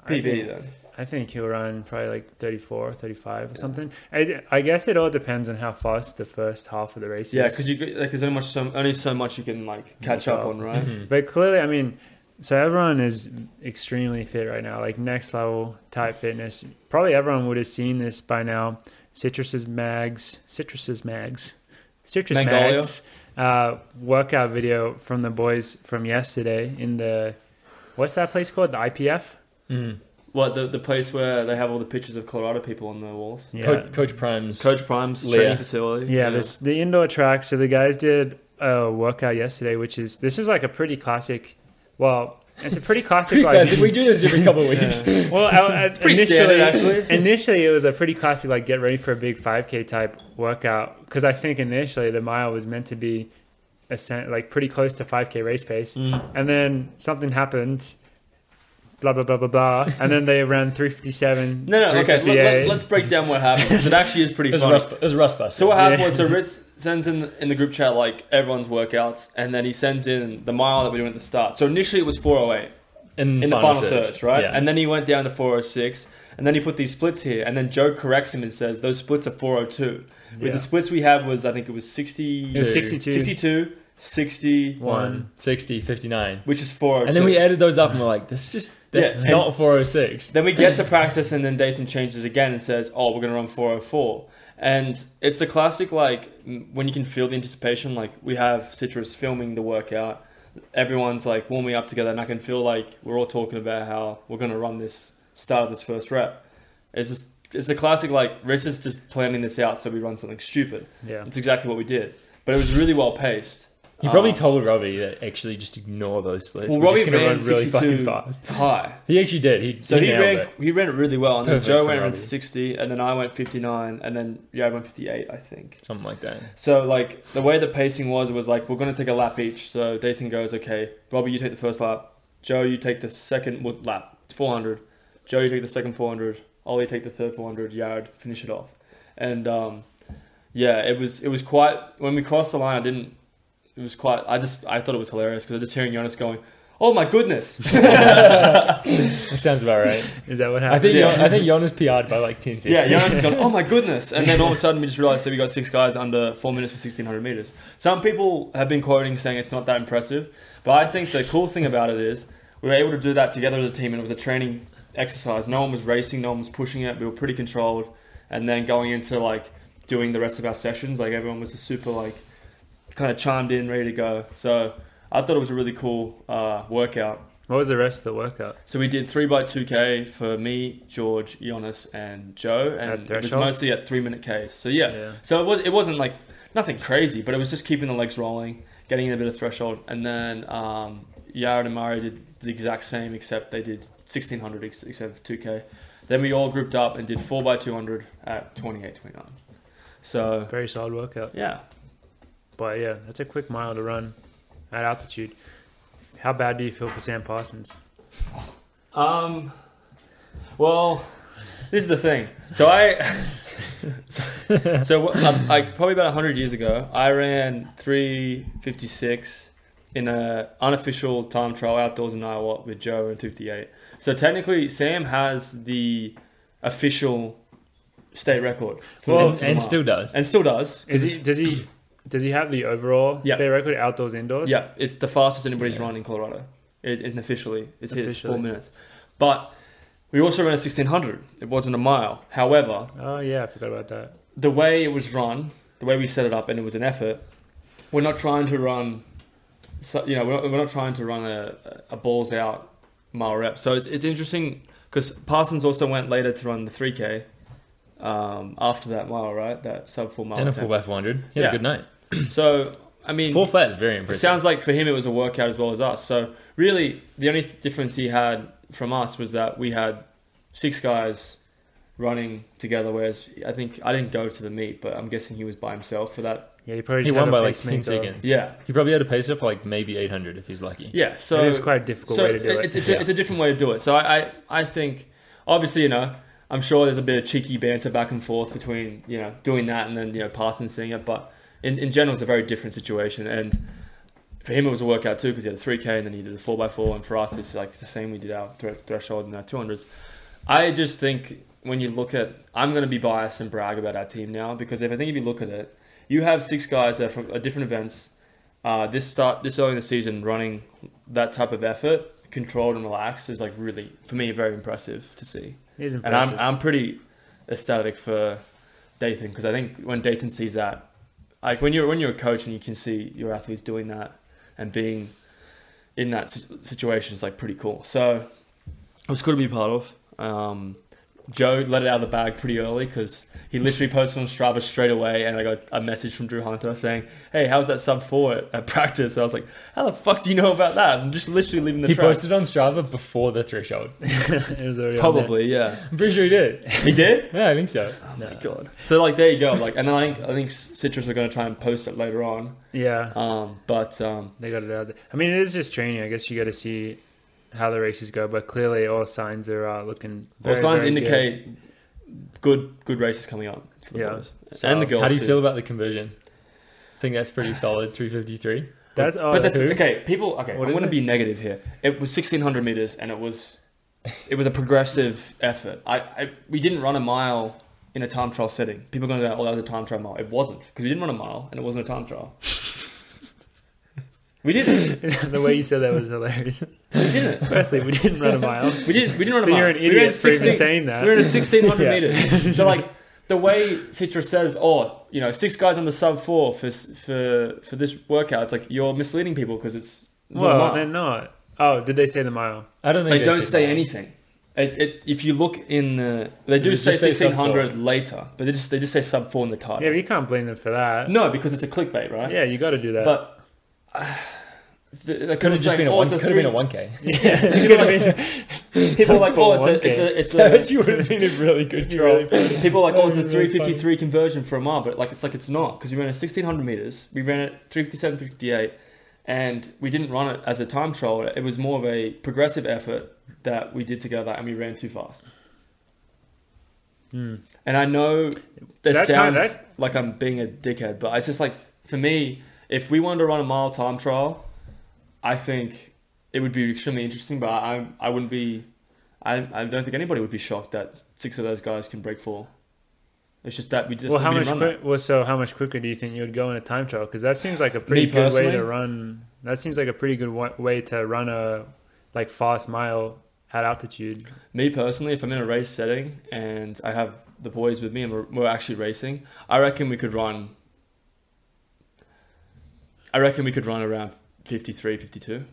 Speaker 1: I
Speaker 2: PB
Speaker 1: think,
Speaker 2: then.
Speaker 1: I think he'll run probably like 34, 35 or something. I, I guess it all depends on how fast the first half of the race
Speaker 2: Yeah,
Speaker 1: is.
Speaker 2: because you could- like there's only much so only so much you can like catch up
Speaker 1: up.
Speaker 2: on, right?
Speaker 3: Mhm.
Speaker 1: But clearly, I mean, so everyone is extremely fit right now, like next level type fitness. Probably everyone would have seen this by now. Citrus's mags, citrus's mags, citrus
Speaker 2: Magnolia.
Speaker 1: mags. Uh, workout video from the boys from yesterday in the what's that place called? The IPF.
Speaker 3: Mm.
Speaker 2: What the the place where they have all the pictures of Colorado people on the walls?
Speaker 1: Yeah,
Speaker 3: Coach, Coach Prime's
Speaker 2: Coach Prime's
Speaker 3: Leah.
Speaker 2: training facility.
Speaker 1: Yeah, this the indoor track. So the guys did a workout yesterday, which is this is like a pretty classic. Well, it's a pretty classic.
Speaker 3: Pretty
Speaker 1: like,
Speaker 3: classic. we do this every couple of
Speaker 2: Yeah.
Speaker 3: weeks.
Speaker 1: Well, I, I,
Speaker 2: pretty standard,
Speaker 1: initially,
Speaker 2: actually.
Speaker 1: initially it was a pretty classic like get ready for a big 5K type workout because I think initially the mile was meant to be a cent, like pretty close to 5K race pace,
Speaker 2: Mm.
Speaker 1: and then something happened. Blah blah blah blah blah, and then they ran 357.
Speaker 2: No, no, okay. Let,
Speaker 1: 358.
Speaker 2: us break down what happened 'cause it actually is pretty
Speaker 3: It was a
Speaker 2: funny.
Speaker 3: rust, it was a rust bust.
Speaker 2: So what happened
Speaker 1: Yeah.
Speaker 2: was, so Ritz sends in in the group chat like everyone's workouts, and then he sends in the mile that we doing at the start. So initially it was 408
Speaker 3: in,
Speaker 2: in the final,
Speaker 3: search,
Speaker 2: search, right?
Speaker 3: Yeah.
Speaker 2: And then he went down to 406, and then he put these splits here, and then Joe corrects him and says those splits are 402. With
Speaker 1: Yeah.
Speaker 2: the splits we had was I think it was 60,
Speaker 1: It was 62.
Speaker 2: 62, 60,
Speaker 3: one, 60, 59.
Speaker 2: which is 402.
Speaker 3: And then we added those up and we're like, this is just,
Speaker 2: Yeah,
Speaker 3: that's
Speaker 2: and-
Speaker 3: not 406.
Speaker 2: Then we get to practice, and then Dathan changes again and says, "Oh, we're gonna run 404." And it's the classic like m- when you can feel the anticipation. Like we have Citrus filming the workout, everyone's like warming up together, and I can feel like we're all talking about how we're gonna run this start of this first rep. It's just it's a classic like Rich is just planning this out so we run something stupid.
Speaker 1: yeah.
Speaker 2: It's exactly what we did, but it was really well paced.
Speaker 3: He probably
Speaker 2: Um,
Speaker 3: told Robbie that actually just ignore those splits.
Speaker 2: Well,
Speaker 3: We're just
Speaker 2: Robbie
Speaker 3: gonna
Speaker 2: ran
Speaker 3: run really fucking
Speaker 2: 62.
Speaker 3: fast.
Speaker 2: high.
Speaker 3: He actually did. He
Speaker 2: So he
Speaker 3: nailed
Speaker 2: ran,
Speaker 3: it.
Speaker 2: he ran it really well, and then
Speaker 3: Perfect
Speaker 2: Joe
Speaker 3: for
Speaker 2: went around
Speaker 3: Robbie.
Speaker 2: sixty, and then I went fifty nine, and then yeah, I went fifty eight, I think.
Speaker 3: something like that.
Speaker 2: So like the way the pacing was was like we're gonna take a lap each. So Dathan goes, okay, Robbie, you take the first lap. Joe, you take the second well, lap, four hundred. Joe, you take the second four hundred. Ollie, take the third four hundred. Yard, finish it off. And um, yeah, it was it was quite when we crossed the line. I didn't. It was quite. I just I thought it was hilarious because I was just hearing Jonas going, "Oh my goodness!"
Speaker 3: That sounds about right.
Speaker 1: Is that what
Speaker 3: I
Speaker 1: happened?
Speaker 3: think
Speaker 2: Yeah.
Speaker 3: Yon- I think Jonas PR'd by like ten seconds.
Speaker 2: Yeah, Jonas has gone, oh my goodness. And then all of a sudden we just realized that we got six guys under four minutes for 1600 meters. Some people have been quoting saying it's not that impressive, but I think the cool thing about it is we were able to do that together as a team, and it was a training exercise. No one was racing, no one was pushing it. We were pretty controlled, and then going into like doing the rest of our sessions, like everyone was just super like kind of chimed in, ready to go. So I thought it was a really cool uh, workout.
Speaker 1: What was the rest of the workout?
Speaker 2: So we did three by two k for me, George, Jonas, and Joe,
Speaker 1: At
Speaker 2: and it was
Speaker 1: threshold?
Speaker 2: mostly at three minute k's. So yeah,
Speaker 1: Yeah.
Speaker 2: so it was it wasn't like nothing crazy, but it was just keeping the legs rolling, getting in a bit of threshold, and then um, Yara and Mari did the exact same, except they did sixteen hundred except two k. Then we all grouped up and did four by two hundred at 28, 29. So
Speaker 1: Very solid workout.
Speaker 2: yeah,
Speaker 1: But yeah, that's a quick mile to run at altitude. How bad do you feel for Sam Parsons?
Speaker 2: Um, well, this is the thing. So I, so, so um, like probably about hundred years ago, I ran three fifty six in a unofficial time trial outdoors in Iowa with Joe in two fifty eight. So technically, Sam has the official state record. for the-
Speaker 3: Well,
Speaker 2: for
Speaker 3: and,
Speaker 2: the mile.
Speaker 3: still does.
Speaker 2: and still does.
Speaker 1: Is he does he does he have the overall
Speaker 2: Yeah.
Speaker 1: state record outdoors indoors?
Speaker 2: Yeah, it's the fastest anybody's
Speaker 3: Yeah.
Speaker 2: run in Colorado. It, it officially, it's his
Speaker 1: Officially.
Speaker 2: four minutes. But we also ran a 1600. It wasn't a mile. However,
Speaker 1: Oh yeah, I forgot about that.
Speaker 2: the way it was run, the way we set it up, and it was an effort. We're not trying to run, so, you know, we're not, we're not trying to run a, a balls out mile rep. So it's, it's interesting because Parsons also went later to run the 3K um, after that mile, right? That sub four mile.
Speaker 3: and a four
Speaker 2: attempt.
Speaker 3: by four hundred. He had
Speaker 2: Yeah.
Speaker 3: a good night.
Speaker 2: So I mean,
Speaker 3: Four flat is very
Speaker 2: it
Speaker 3: impressive.
Speaker 2: sounds like for him it was a workout as well as us. So really, the only th- difference he had from us was that we had six guys running together. Whereas I think I didn't go to the meet, but I'm guessing he was by himself for that.
Speaker 1: Yeah, he probably
Speaker 3: he
Speaker 1: just
Speaker 3: won
Speaker 1: had
Speaker 3: by
Speaker 1: a
Speaker 3: like ten
Speaker 1: pacemaker.
Speaker 3: seconds.
Speaker 2: Yeah,
Speaker 3: He probably had a pace of like maybe eight hundred if he's lucky.
Speaker 2: yeah. So
Speaker 1: it is quite a difficult way to do it.
Speaker 2: It's, a, it's a different way to do it. So I, I, I think, obviously, you know, I'm sure there's a bit of cheeky banter back and forth between, you know, doing that and then, you know, passing seeing it. But in, in general, it's a very different situation. And for him, it was a workout too because he had a 3K and then he did a 4x4. And for us, it's like the same we did our thre- threshold and our 200s. I just think when you look at, I'm going to be biased and brag about our team now because if I think if you look at it, you have six guys that are from uh, different events. Uh, this start this early in the season, running that type of effort, controlled and relaxed, is like really for me very impressive to see.
Speaker 1: It is
Speaker 2: And
Speaker 1: impressive.
Speaker 2: I'm I'm pretty ecstatic for Dathan because I think when Dathan sees that, like when you're when you're a coach and you can see your athletes doing that and being in that si- situation is like pretty cool. So it was cool to be part of. Um, Joe let it out of the bag pretty early because he literally posted on Strava straight away, and I got a message from Drew Hunter saying, "Hey, how's that sub four at, at practice?" And I was like, "How the fuck do you know about that?" I'm just literally leaving the
Speaker 3: He
Speaker 2: track.
Speaker 3: posted on Strava before the threshold.
Speaker 1: It was already on there.
Speaker 2: Probably, yeah.
Speaker 3: I'm pretty sure he did.
Speaker 2: He did.
Speaker 3: Yeah, I think so.
Speaker 1: No.
Speaker 2: God. Uh, So like there you go. Like, and I think I think Citrus are going to try and post it later on.
Speaker 1: Yeah,
Speaker 2: Um, but um,
Speaker 1: they got it out there. I mean, it is just training. I guess you got to see how the races go, but clearly all signs are uh, looking.
Speaker 2: all
Speaker 1: very,
Speaker 2: signs
Speaker 1: very good.
Speaker 2: indicate good good races coming up for the
Speaker 1: Yeah.
Speaker 2: boys
Speaker 1: So,
Speaker 2: and the girls.
Speaker 3: How do you
Speaker 2: too.
Speaker 3: feel about the conversion? I think that's pretty solid. Three fifty three.
Speaker 1: That's oh,
Speaker 2: but that's
Speaker 1: who?
Speaker 2: okay. People, okay.
Speaker 1: What
Speaker 2: I'm
Speaker 1: is
Speaker 2: going to be
Speaker 1: it?
Speaker 2: negative here. It was 1600 meters, and it was it was a progressive effort. I, I we didn't run a mile in a time trial setting. People are going to go, oh, that was a time trial mile. It wasn't because we didn't run a mile, and it wasn't a time trial. we didn't.
Speaker 1: the way you said that was hilarious.
Speaker 2: We didn't.
Speaker 1: Firstly, we didn't run a mile.
Speaker 2: We didn't. We didn't run
Speaker 1: so
Speaker 2: a mile.
Speaker 1: you're an
Speaker 2: we ran
Speaker 1: idiot for even
Speaker 2: 16
Speaker 1: saying that.
Speaker 2: We're in a 1600
Speaker 1: Yeah.
Speaker 2: meters. So like the way Citrus says, oh, you know, six guys on the sub four for for for this workout. It's like you're misleading people because it's not a
Speaker 1: well,
Speaker 2: mile.
Speaker 1: they're not. Oh, did they say the mile?
Speaker 3: I don't think
Speaker 2: they don't
Speaker 3: said
Speaker 2: say
Speaker 3: that.
Speaker 2: anything. It, it, if you look in the, they do
Speaker 3: Does it
Speaker 2: say
Speaker 3: just say sub
Speaker 2: 1600 later, but they just they just say sub four in the title.
Speaker 1: Yeah, but you can't blame them for that.
Speaker 2: no, because it's a clickbait, right?
Speaker 1: Yeah, you got to do that.
Speaker 2: But uh, they
Speaker 3: Could have just been a
Speaker 2: oh,
Speaker 3: one.
Speaker 2: it's a
Speaker 3: Could have been a
Speaker 2: three-
Speaker 3: one k.
Speaker 1: yeah, you could have been-
Speaker 2: People are like, oh, it's a,
Speaker 1: 1K.
Speaker 2: it's a, it's a,
Speaker 3: That would have been a really good
Speaker 1: You
Speaker 3: draw.
Speaker 1: really put it-
Speaker 2: People are like,
Speaker 3: That
Speaker 2: oh,
Speaker 3: would
Speaker 2: it's a
Speaker 3: be really
Speaker 2: 353 conversion for a mile, but like it's like it's not because we ran at 1600 meters. We ran at 357, 358, and we didn't run it as a time trial. It was more of a progressive effort that we did together, and we ran too fast.
Speaker 1: Hmm.
Speaker 2: And I know that,
Speaker 1: That time-
Speaker 2: sounds like I'm being a dickhead, but it's just like for me, if we wanted to run a mile time trial, I think it would be extremely interesting. But I, I wouldn't be, I, I don't think anybody would be shocked that six of those guys can break four. It's just that we just
Speaker 1: well, how
Speaker 2: we
Speaker 1: much?
Speaker 2: didn't run
Speaker 1: Quick, well, so how much quicker do you think you would go in a time trial? Because that seems like a
Speaker 2: Me
Speaker 1: pretty good way
Speaker 2: personally?
Speaker 1: to run. That seems like a pretty good wa- way to run a like fast mile at altitude.
Speaker 2: Me personally, if I'm in a race setting and I have the boys with me and we're, we're actually racing, I reckon we could run. I reckon we could run around 53, 52.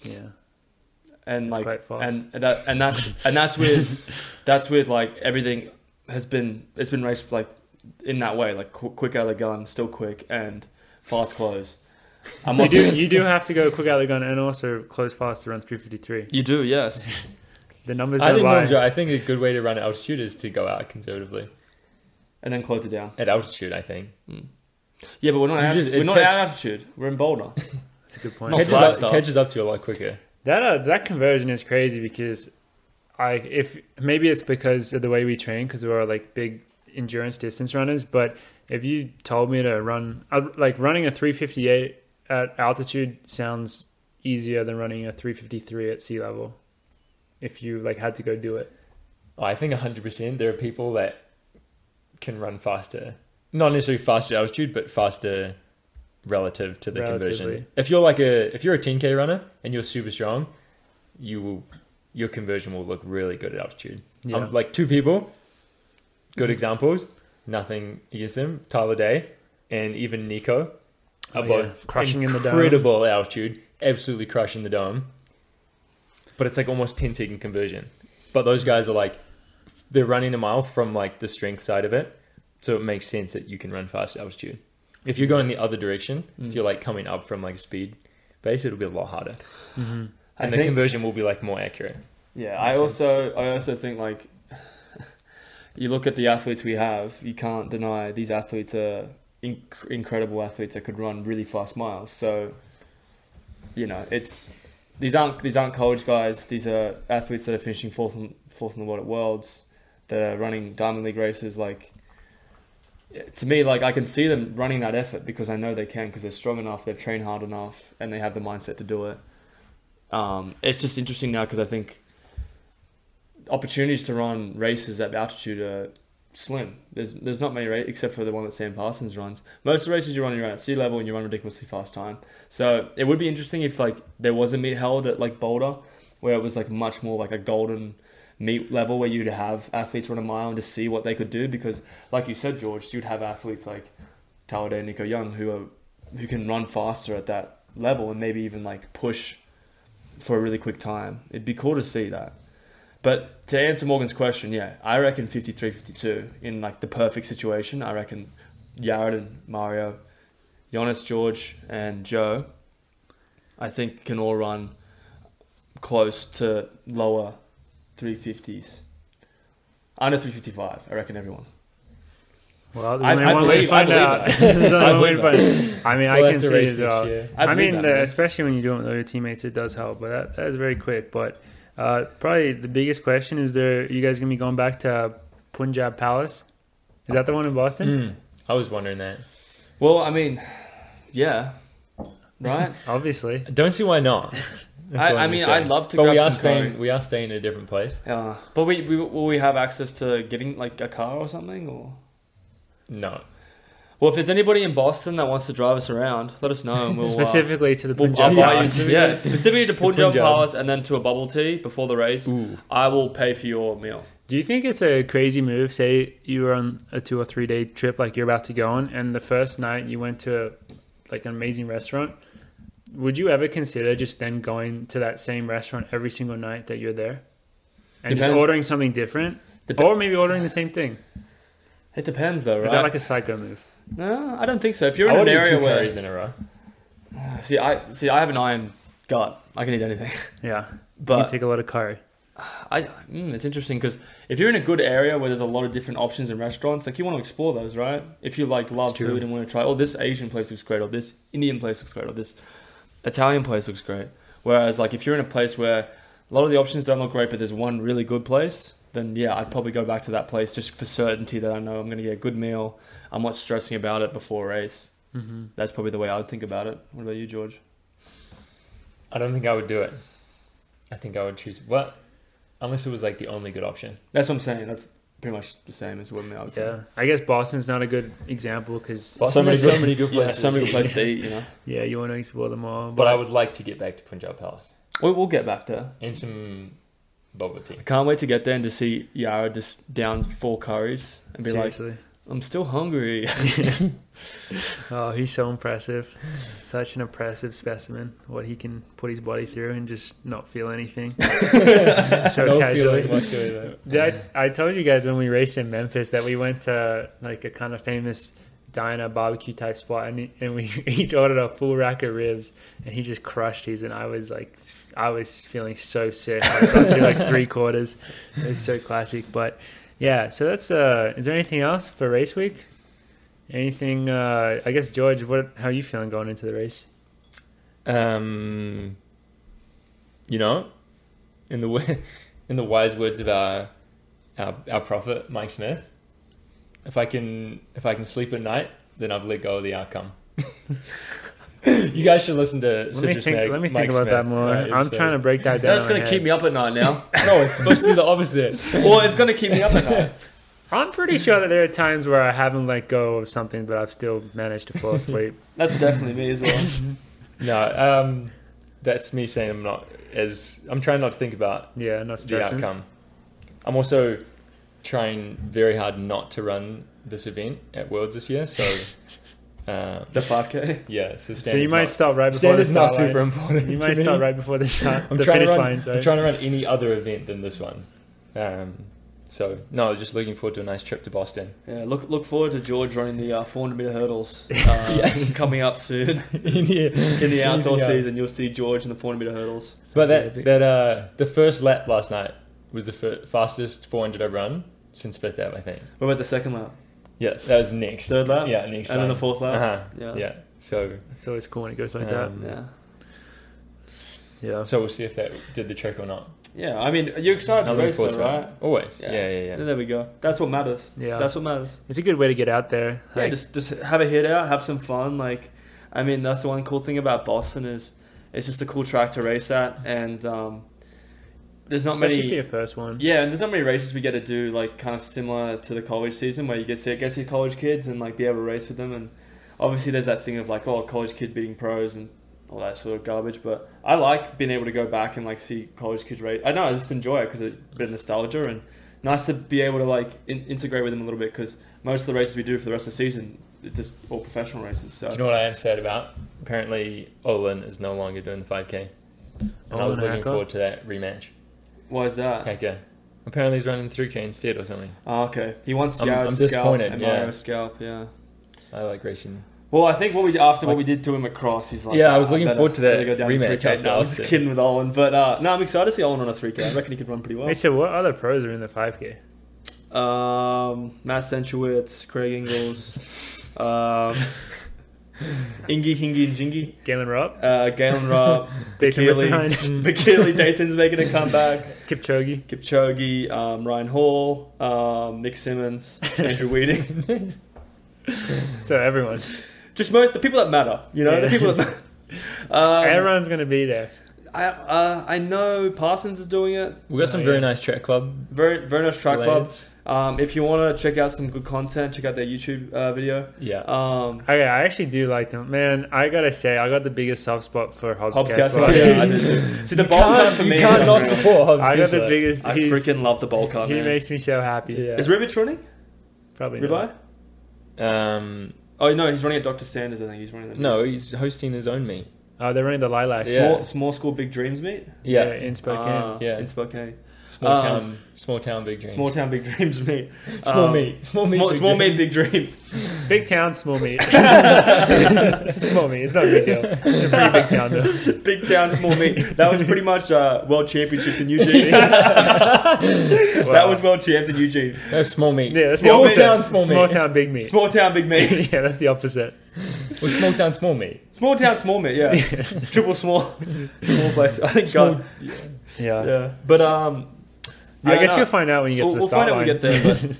Speaker 1: Yeah.
Speaker 2: and
Speaker 1: It's
Speaker 2: like
Speaker 1: quite fast.
Speaker 2: and and that and that's and that's with that's with like everything has been it's been raced like in that way like qu- quick out of the gun still quick and fast close i'm
Speaker 1: You
Speaker 2: not
Speaker 1: do, you do have to go quick out of the gun and also close fast to run 353.
Speaker 2: you do yes
Speaker 1: The numbers
Speaker 3: I
Speaker 1: don't
Speaker 3: think,
Speaker 1: lie.
Speaker 3: Mumja, I think a good way to run at altitude is to go out conservatively.
Speaker 2: and then close it down
Speaker 3: At altitude, I think.
Speaker 2: yeah but we're not
Speaker 3: You
Speaker 2: at,
Speaker 3: just-
Speaker 2: we're
Speaker 3: it
Speaker 2: not at
Speaker 3: catch-
Speaker 2: altitude we're in boulder
Speaker 1: That's a good
Speaker 2: Not
Speaker 1: point.
Speaker 3: Catches
Speaker 2: flat
Speaker 3: up,
Speaker 2: stuff.
Speaker 3: catches up to you a lot quicker.
Speaker 1: That uh, that conversion is crazy because I if maybe it's because of the way we train because we're all, like big endurance distance runners, but if you told me to run I- like running a 358 at altitude sounds easier than running a 353 at sea level if you like had to go do it.
Speaker 3: Oh, I think 100% there are people that can run faster. Not necessarily faster altitude, but faster relative to the
Speaker 1: Relatively.
Speaker 3: conversion. If you're like a if you're a 10k runner and you're super strong, you will your conversion will look really good at altitude.
Speaker 1: Yeah.
Speaker 3: Um, like two people, good examples. Nothing against them. Tyler Day and even Nico
Speaker 1: Oh,
Speaker 3: are
Speaker 1: yeah.
Speaker 3: both
Speaker 1: Crushing in the dome.
Speaker 3: incredible altitude, absolutely crushing the dome. But it's like almost 10 second conversion. But those guys are like they're running a mile from like the strength side of it, so it makes sense that you can run fast altitude. If you're going the other direction,
Speaker 1: Mm.
Speaker 3: if you're like coming up from like a speed base, it'll be a lot harder,
Speaker 2: I
Speaker 3: and the
Speaker 2: think-
Speaker 3: conversion will be like more accurate.
Speaker 2: Yeah, I
Speaker 3: sense.
Speaker 2: also I also think like you look at the athletes we have, you can't deny these athletes are inc- incredible athletes that could run really fast miles. So you know, it's these aren't these aren't college guys. These are athletes that are finishing fourth in, fourth in the world at worlds that are running diamond league races like to me like I can see them running that effort because I know they can because they're strong enough, they've trained hard enough and they have the mindset to do it. Um, it's just interesting now because I think opportunities to run races at altitude are slim. There's there's not many races except for the one that Sam Parsons runs. Most of the races you run, you run at sea level and you run ridiculously fast time. So it would be interesting if like there was a meet held at like Boulder, where it was like much more like a golden meet level where you'd have athletes run a mile and just see what they could do because like you said, George, you'd have athletes like Talade and Nico Young who are who can run faster at that level and maybe even like push for a really quick time. It'd be cool to see that. But to answer Morgan's question, yeah, I reckon 53 52 in like the perfect situation. I reckon Jared and Mario, Giannis, George, and Joe, I think can all run close to lower 350s. Under 355, I reckon everyone.
Speaker 1: Well, there's
Speaker 2: I-
Speaker 1: only
Speaker 2: I
Speaker 1: one way to
Speaker 2: believe- I
Speaker 1: find
Speaker 2: believe
Speaker 1: out.
Speaker 2: that.
Speaker 1: There's only
Speaker 2: I
Speaker 1: one way to
Speaker 2: believe
Speaker 1: find out. I mean,
Speaker 3: We'll
Speaker 1: I
Speaker 3: have
Speaker 1: can
Speaker 3: to
Speaker 1: see
Speaker 3: race
Speaker 1: as
Speaker 3: next
Speaker 1: well.
Speaker 3: year.
Speaker 1: I,
Speaker 2: believe
Speaker 1: mean,
Speaker 2: that,
Speaker 1: the,
Speaker 2: man.
Speaker 1: especially when you do it with all your teammates, it does help. But that, that is very quick. But uh, probably the biggest question is: There, you guys gonna be going back to Punjab Palace? Is that the one in Boston?
Speaker 3: Mm, I was wondering that.
Speaker 2: Well, I mean, yeah, right?
Speaker 1: Obviously.
Speaker 3: I don't see why not. That's
Speaker 2: I,
Speaker 3: all
Speaker 2: I
Speaker 3: I'm
Speaker 2: mean,
Speaker 3: gonna say.
Speaker 2: I'd love to
Speaker 3: But
Speaker 2: grab
Speaker 3: we are
Speaker 2: some
Speaker 3: staying.
Speaker 2: curry.
Speaker 3: We are staying in a different place.
Speaker 2: Uh, but we, we will we have access to getting like a car or something or
Speaker 3: No,
Speaker 2: well if there's anybody in Boston that wants to drive us around let us know and we'll uh,
Speaker 1: Specifically to the
Speaker 2: we'll,
Speaker 1: Punjab
Speaker 2: I'll buy you-
Speaker 1: Palace.
Speaker 2: yeah specifically to Punjab
Speaker 3: Punjab.
Speaker 2: Palace and then to a bubble tea before the race I will pay for your meal
Speaker 1: Do you think it's a crazy move? Say you were on a two or three day trip, like you're about to go on, and the first night you went to like an amazing restaurant. Would you ever consider just then going to that same restaurant every single night that you're there, and just
Speaker 2: Depends.
Speaker 1: ordering something different,
Speaker 2: Dep-
Speaker 1: or maybe ordering the same thing?
Speaker 2: it depends though right
Speaker 1: Is that like a psycho move?
Speaker 2: no I don't think so if
Speaker 3: I
Speaker 2: you're in an
Speaker 3: ordered
Speaker 2: area
Speaker 3: two
Speaker 2: where
Speaker 3: curries in a row.
Speaker 2: see I see I have an iron gut I can eat anything
Speaker 1: Yeah, you
Speaker 2: but
Speaker 1: take a lot of curry.
Speaker 2: I mm, it's interesting because if you're in a good area where there's a lot of different options and restaurants, like you want to explore those, right? If you like love
Speaker 1: It's true.
Speaker 2: food and want to try, oh, this Asian place looks great, or this Indian place looks great, or this Italian place looks great. Whereas like if you're in a place where a lot of the options don't look great, but there's one really good place, then yeah, I'd probably go back to that place just for certainty that I know I'm gonna get a good meal. I'm not stressing about it before a race.
Speaker 1: Mm-hmm.
Speaker 2: That's probably the way I would think about it. What about you, George?
Speaker 3: I don't think I would do it. I think I would choose what, unless it was like the only good option.
Speaker 2: That's what I'm saying. That's pretty much the same as what I would say.
Speaker 1: Yeah, I guess Boston's not a good example because
Speaker 3: Boston
Speaker 2: many
Speaker 3: has
Speaker 2: good-
Speaker 3: so many good
Speaker 2: Yeah,
Speaker 3: places.
Speaker 2: so many
Speaker 3: to
Speaker 2: places
Speaker 3: eat.
Speaker 2: to eat, you know.
Speaker 1: yeah, you want to explore them all.
Speaker 3: But I would like to get back to Punjab Palace.
Speaker 2: We will get back there.
Speaker 3: and some boba tea.
Speaker 2: I can't wait to get there and to see Yara just down four curries and be
Speaker 1: Seriously.
Speaker 2: like, I'm still hungry.
Speaker 1: oh, he's so impressive. Such an impressive specimen. What he can put his body through and just not feel anything. so
Speaker 3: No
Speaker 1: casually.
Speaker 3: feeling whatsoever.
Speaker 1: Did I, I told you guys when we raced in Memphis that we went to like a kind of famous diner barbecue type spot and, and we each ordered a full rack of ribs and he just crushed his and I was like I was feeling so sick I got through like three quarters it was so classic but yeah so that's uh is there anything else for race week anything uh I guess George what how are you feeling going into the race
Speaker 3: Um, you know, in the wi- in the wise words of our, our our prophet Mike Smith, if I can if I can sleep at night, then I've let go of the outcome. you guys should listen to
Speaker 1: let me
Speaker 3: Citrus
Speaker 1: think
Speaker 3: Mag-
Speaker 1: let me think
Speaker 3: Mike
Speaker 1: about that
Speaker 3: Smith,
Speaker 1: more
Speaker 3: uh,
Speaker 1: I'm
Speaker 3: episode.
Speaker 1: trying to break that down
Speaker 2: That's going to keep me up at night now.
Speaker 3: No, it's supposed to be the opposite.
Speaker 2: well, it's going to keep me up at night.
Speaker 1: I'm pretty sure that there are times where I haven't let go of something, but I've still managed to fall asleep.
Speaker 2: That's definitely me as well.
Speaker 3: No, um, that's me saying I'm not as I'm trying not to think about
Speaker 1: yeah, not
Speaker 3: the
Speaker 1: stressing.
Speaker 3: outcome. I'm also trying very hard not to run this event at Worlds this year, so uh,
Speaker 2: The 5K.
Speaker 3: yeah, so the
Speaker 1: So you
Speaker 3: standard's
Speaker 1: might
Speaker 3: not,
Speaker 1: stop right before the
Speaker 3: standard's
Speaker 1: start
Speaker 3: not
Speaker 1: line.
Speaker 3: super important.
Speaker 1: You
Speaker 3: to
Speaker 1: might
Speaker 3: me.
Speaker 1: start right before the start,
Speaker 3: I'm
Speaker 1: the
Speaker 3: trying to
Speaker 1: finish
Speaker 3: run.
Speaker 1: line. Sorry.
Speaker 3: I'm trying to run any other event than this one. Um, so no, just looking forward to a nice trip to Boston.
Speaker 2: Yeah, look look forward to George running the uh, 400 meter hurdles uh, coming up soon
Speaker 3: in the,
Speaker 2: in the outdoor season. You'll see George in the 400 meter hurdles.
Speaker 3: But
Speaker 1: That'd
Speaker 3: that
Speaker 1: be
Speaker 3: that uh, the first lap last night was the fir- fastest 400 I've run since fifth lap, I think.
Speaker 2: What about the second lap?
Speaker 3: Yeah, that was next.
Speaker 2: Third lap?
Speaker 3: Yeah, next.
Speaker 2: and then the
Speaker 3: lap.
Speaker 2: fourth lap?
Speaker 3: Uh-huh.
Speaker 2: Yeah.
Speaker 3: Yeah. So
Speaker 1: It's always cool when it goes like
Speaker 3: Um,
Speaker 2: Yeah.
Speaker 1: that. Yeah.
Speaker 3: so we'll see if that did the trick or not.
Speaker 2: Yeah, I mean, you're excited for
Speaker 3: I'm
Speaker 2: the
Speaker 3: looking
Speaker 2: race, though,
Speaker 3: forward to it.
Speaker 2: right?
Speaker 3: Always. Yeah, yeah, yeah.
Speaker 2: There we go. That's what matters.
Speaker 1: yeah.
Speaker 2: That's what matters.
Speaker 1: it's a good way to get out there.
Speaker 2: Yeah,
Speaker 1: Like,
Speaker 2: just just have a hit out, have some fun. Like, I mean, that's the one cool thing about Boston is it's just a cool track to race at, and um, there's not
Speaker 1: especially
Speaker 2: many.
Speaker 1: for your first one.
Speaker 2: Yeah, and there's not many races we get to do like kind of similar to the college season where you get to see, get to see college kids and like be able to race with them. And obviously, there's that thing of like oh, college kid beating pros and all that sort of garbage. But I like being able to go back and like see college kids race. I know I just enjoy it because it's a bit of nostalgia and nice to be able to like in- integrate with them a little bit because most of the races we do for the rest of the season it's just all professional races. So
Speaker 3: Do you know what I am sad about? Apparently, Olin is no longer doing the 5K, and I was
Speaker 1: Olin
Speaker 3: looking
Speaker 1: Hacker?
Speaker 3: forward to that rematch.
Speaker 2: why is that?
Speaker 3: Hecker. Apparently, he's running 3K instead or something.
Speaker 2: Oh, okay, he wants
Speaker 3: I'm-
Speaker 2: Jared
Speaker 3: I'm
Speaker 2: scalp
Speaker 3: disappointed,
Speaker 2: and
Speaker 3: yeah.
Speaker 2: Mario scalp. Yeah.
Speaker 3: I like racing.
Speaker 2: Well, I think what we after what
Speaker 3: Like-
Speaker 2: we did to him across, he's like,
Speaker 3: Yeah, I was
Speaker 2: "Ah,
Speaker 3: looking
Speaker 2: better-
Speaker 3: forward to that
Speaker 2: better go down to
Speaker 3: rematch
Speaker 2: 3K."
Speaker 3: after
Speaker 2: No, I was
Speaker 3: Austin.
Speaker 2: just kidding with Owen, but uh, no, I'm excited to see Owen on a 3K. I reckon he could run pretty well.
Speaker 1: Wait, so what other pros are in the 5K?
Speaker 2: Um, Matt Sensuitz, Craig Ingles, um, Ingy, Hingy, and Jingy,
Speaker 1: Galen Rupp,
Speaker 2: uh, Galen Rupp,
Speaker 1: Dathan
Speaker 2: Keely.
Speaker 1: Witzine,
Speaker 3: Mm.
Speaker 2: McKeely Dathan's making a comeback,
Speaker 1: Kipchoge.
Speaker 2: Kipchoge, um, Ryan Hall, um, Nick Simmons, Andrew Weeding.
Speaker 1: So everyone,
Speaker 2: just most the people that matter, you know, the
Speaker 1: Yeah.
Speaker 2: people that. Um,
Speaker 1: everyone's going to be there.
Speaker 2: I uh, I know Parsons is doing it.
Speaker 3: We got
Speaker 1: Oh,
Speaker 3: some very
Speaker 1: yeah.
Speaker 3: nice track club.
Speaker 2: Very very nice track club.
Speaker 3: lads.
Speaker 2: Um, if you want to check out some good content, check out their YouTube uh, video.
Speaker 3: Yeah.
Speaker 2: Um,
Speaker 1: Okay, I actually do like them, man. I gotta say, I got the biggest soft spot for Hobbs,
Speaker 2: Hobbs
Speaker 1: Kessler.
Speaker 2: Kessler, yeah, I do too. See the
Speaker 3: You
Speaker 2: ball cut
Speaker 3: can't,
Speaker 2: for
Speaker 3: you
Speaker 2: me.
Speaker 3: can't
Speaker 2: is
Speaker 3: not
Speaker 2: unreal.
Speaker 3: support Hobbs.
Speaker 1: I got the
Speaker 3: Kessler.
Speaker 1: biggest.
Speaker 2: I
Speaker 1: he's-
Speaker 2: freaking love the ball cut.
Speaker 1: He
Speaker 2: Man.
Speaker 1: makes me so happy.
Speaker 3: Yeah.
Speaker 2: Is Ribich running?
Speaker 1: Probably not.
Speaker 2: Ribeye?
Speaker 3: Um,
Speaker 2: Oh no, he's running at Dr. Sanders. I think he's running. At
Speaker 3: no, he's hosting his own meet.
Speaker 1: Oh, they're running the lilacs.
Speaker 3: Yeah.
Speaker 2: Small, small school, big dreams meet.
Speaker 3: Yeah.
Speaker 1: in Spokane.
Speaker 2: Ah,
Speaker 3: Yeah.
Speaker 2: in Spokane.
Speaker 3: Small
Speaker 2: Um,
Speaker 3: town, small town, big dreams.
Speaker 2: Small town, big dreams meet.
Speaker 3: small
Speaker 2: Um,
Speaker 3: meet, small meet,
Speaker 2: Small,
Speaker 3: big
Speaker 2: small meet, big
Speaker 3: dreams.
Speaker 2: dreams.
Speaker 1: Big town, small meat. It's small meat. It's not a big deal. It's a pretty big town though.
Speaker 2: big town, small meet. That was pretty much uh, world championships in Eugene. That
Speaker 1: Wow.
Speaker 2: was world champs in Eugene.
Speaker 3: No, small meat.
Speaker 1: yeah, that's
Speaker 2: Small
Speaker 3: small,
Speaker 1: big-
Speaker 3: town, small,
Speaker 1: small
Speaker 3: meat.
Speaker 1: town, big meat.
Speaker 2: Small town, big meet.
Speaker 1: yeah, that's the opposite.
Speaker 3: Well, small town, small meat.
Speaker 2: Small town, small meet, yeah. Triple small, small place. I think
Speaker 3: Small,
Speaker 2: God,
Speaker 1: Yeah.
Speaker 2: yeah. But um,
Speaker 1: I guess
Speaker 2: no,
Speaker 1: you'll find out when you get
Speaker 2: we'll,
Speaker 1: to the
Speaker 2: we'll
Speaker 1: start
Speaker 2: find out when we
Speaker 1: line.
Speaker 2: get there.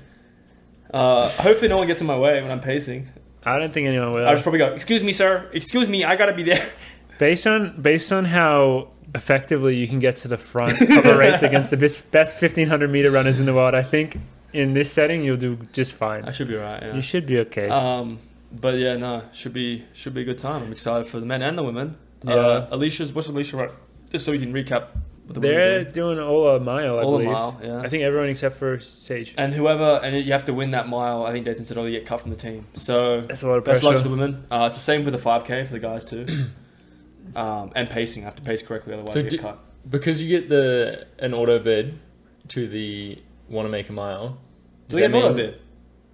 Speaker 2: But uh, hopefully, no one gets in my way when I'm pacing.
Speaker 1: I don't think anyone will.
Speaker 2: I just probably go, "Excuse me, sir. Excuse me, I gotta be there."
Speaker 1: Based on based on how effectively you can get to the front of a race against the best, best 1500 meter runners in the world, I think in this setting you'll do just fine.
Speaker 2: I should be right.
Speaker 1: You eh? should be okay.
Speaker 2: Um, but yeah, no, should be should be a good time. I'm excited for the men and the women.
Speaker 1: Yeah.
Speaker 2: Uh, Alicia's what's Alicia right? just so we can recap. What the
Speaker 1: They're
Speaker 2: women did.
Speaker 1: doing Ola Mile, I
Speaker 2: All a
Speaker 1: believe.
Speaker 2: mile, yeah.
Speaker 1: I think everyone except for Sage.
Speaker 2: and whoever, and you have to win that mile. I think Dathan said, "Oh, you get cut from the team." So
Speaker 1: That's a lot of
Speaker 2: best luck to
Speaker 1: pressure.
Speaker 2: the women. Uh, it's the same with the 5K for the guys too, um, and pacing. I have to pace correctly, otherwise
Speaker 3: So
Speaker 2: you get
Speaker 3: do-
Speaker 2: cut.
Speaker 3: Because you get the an auto bid to the want to make a mile.
Speaker 2: Do we get another bid?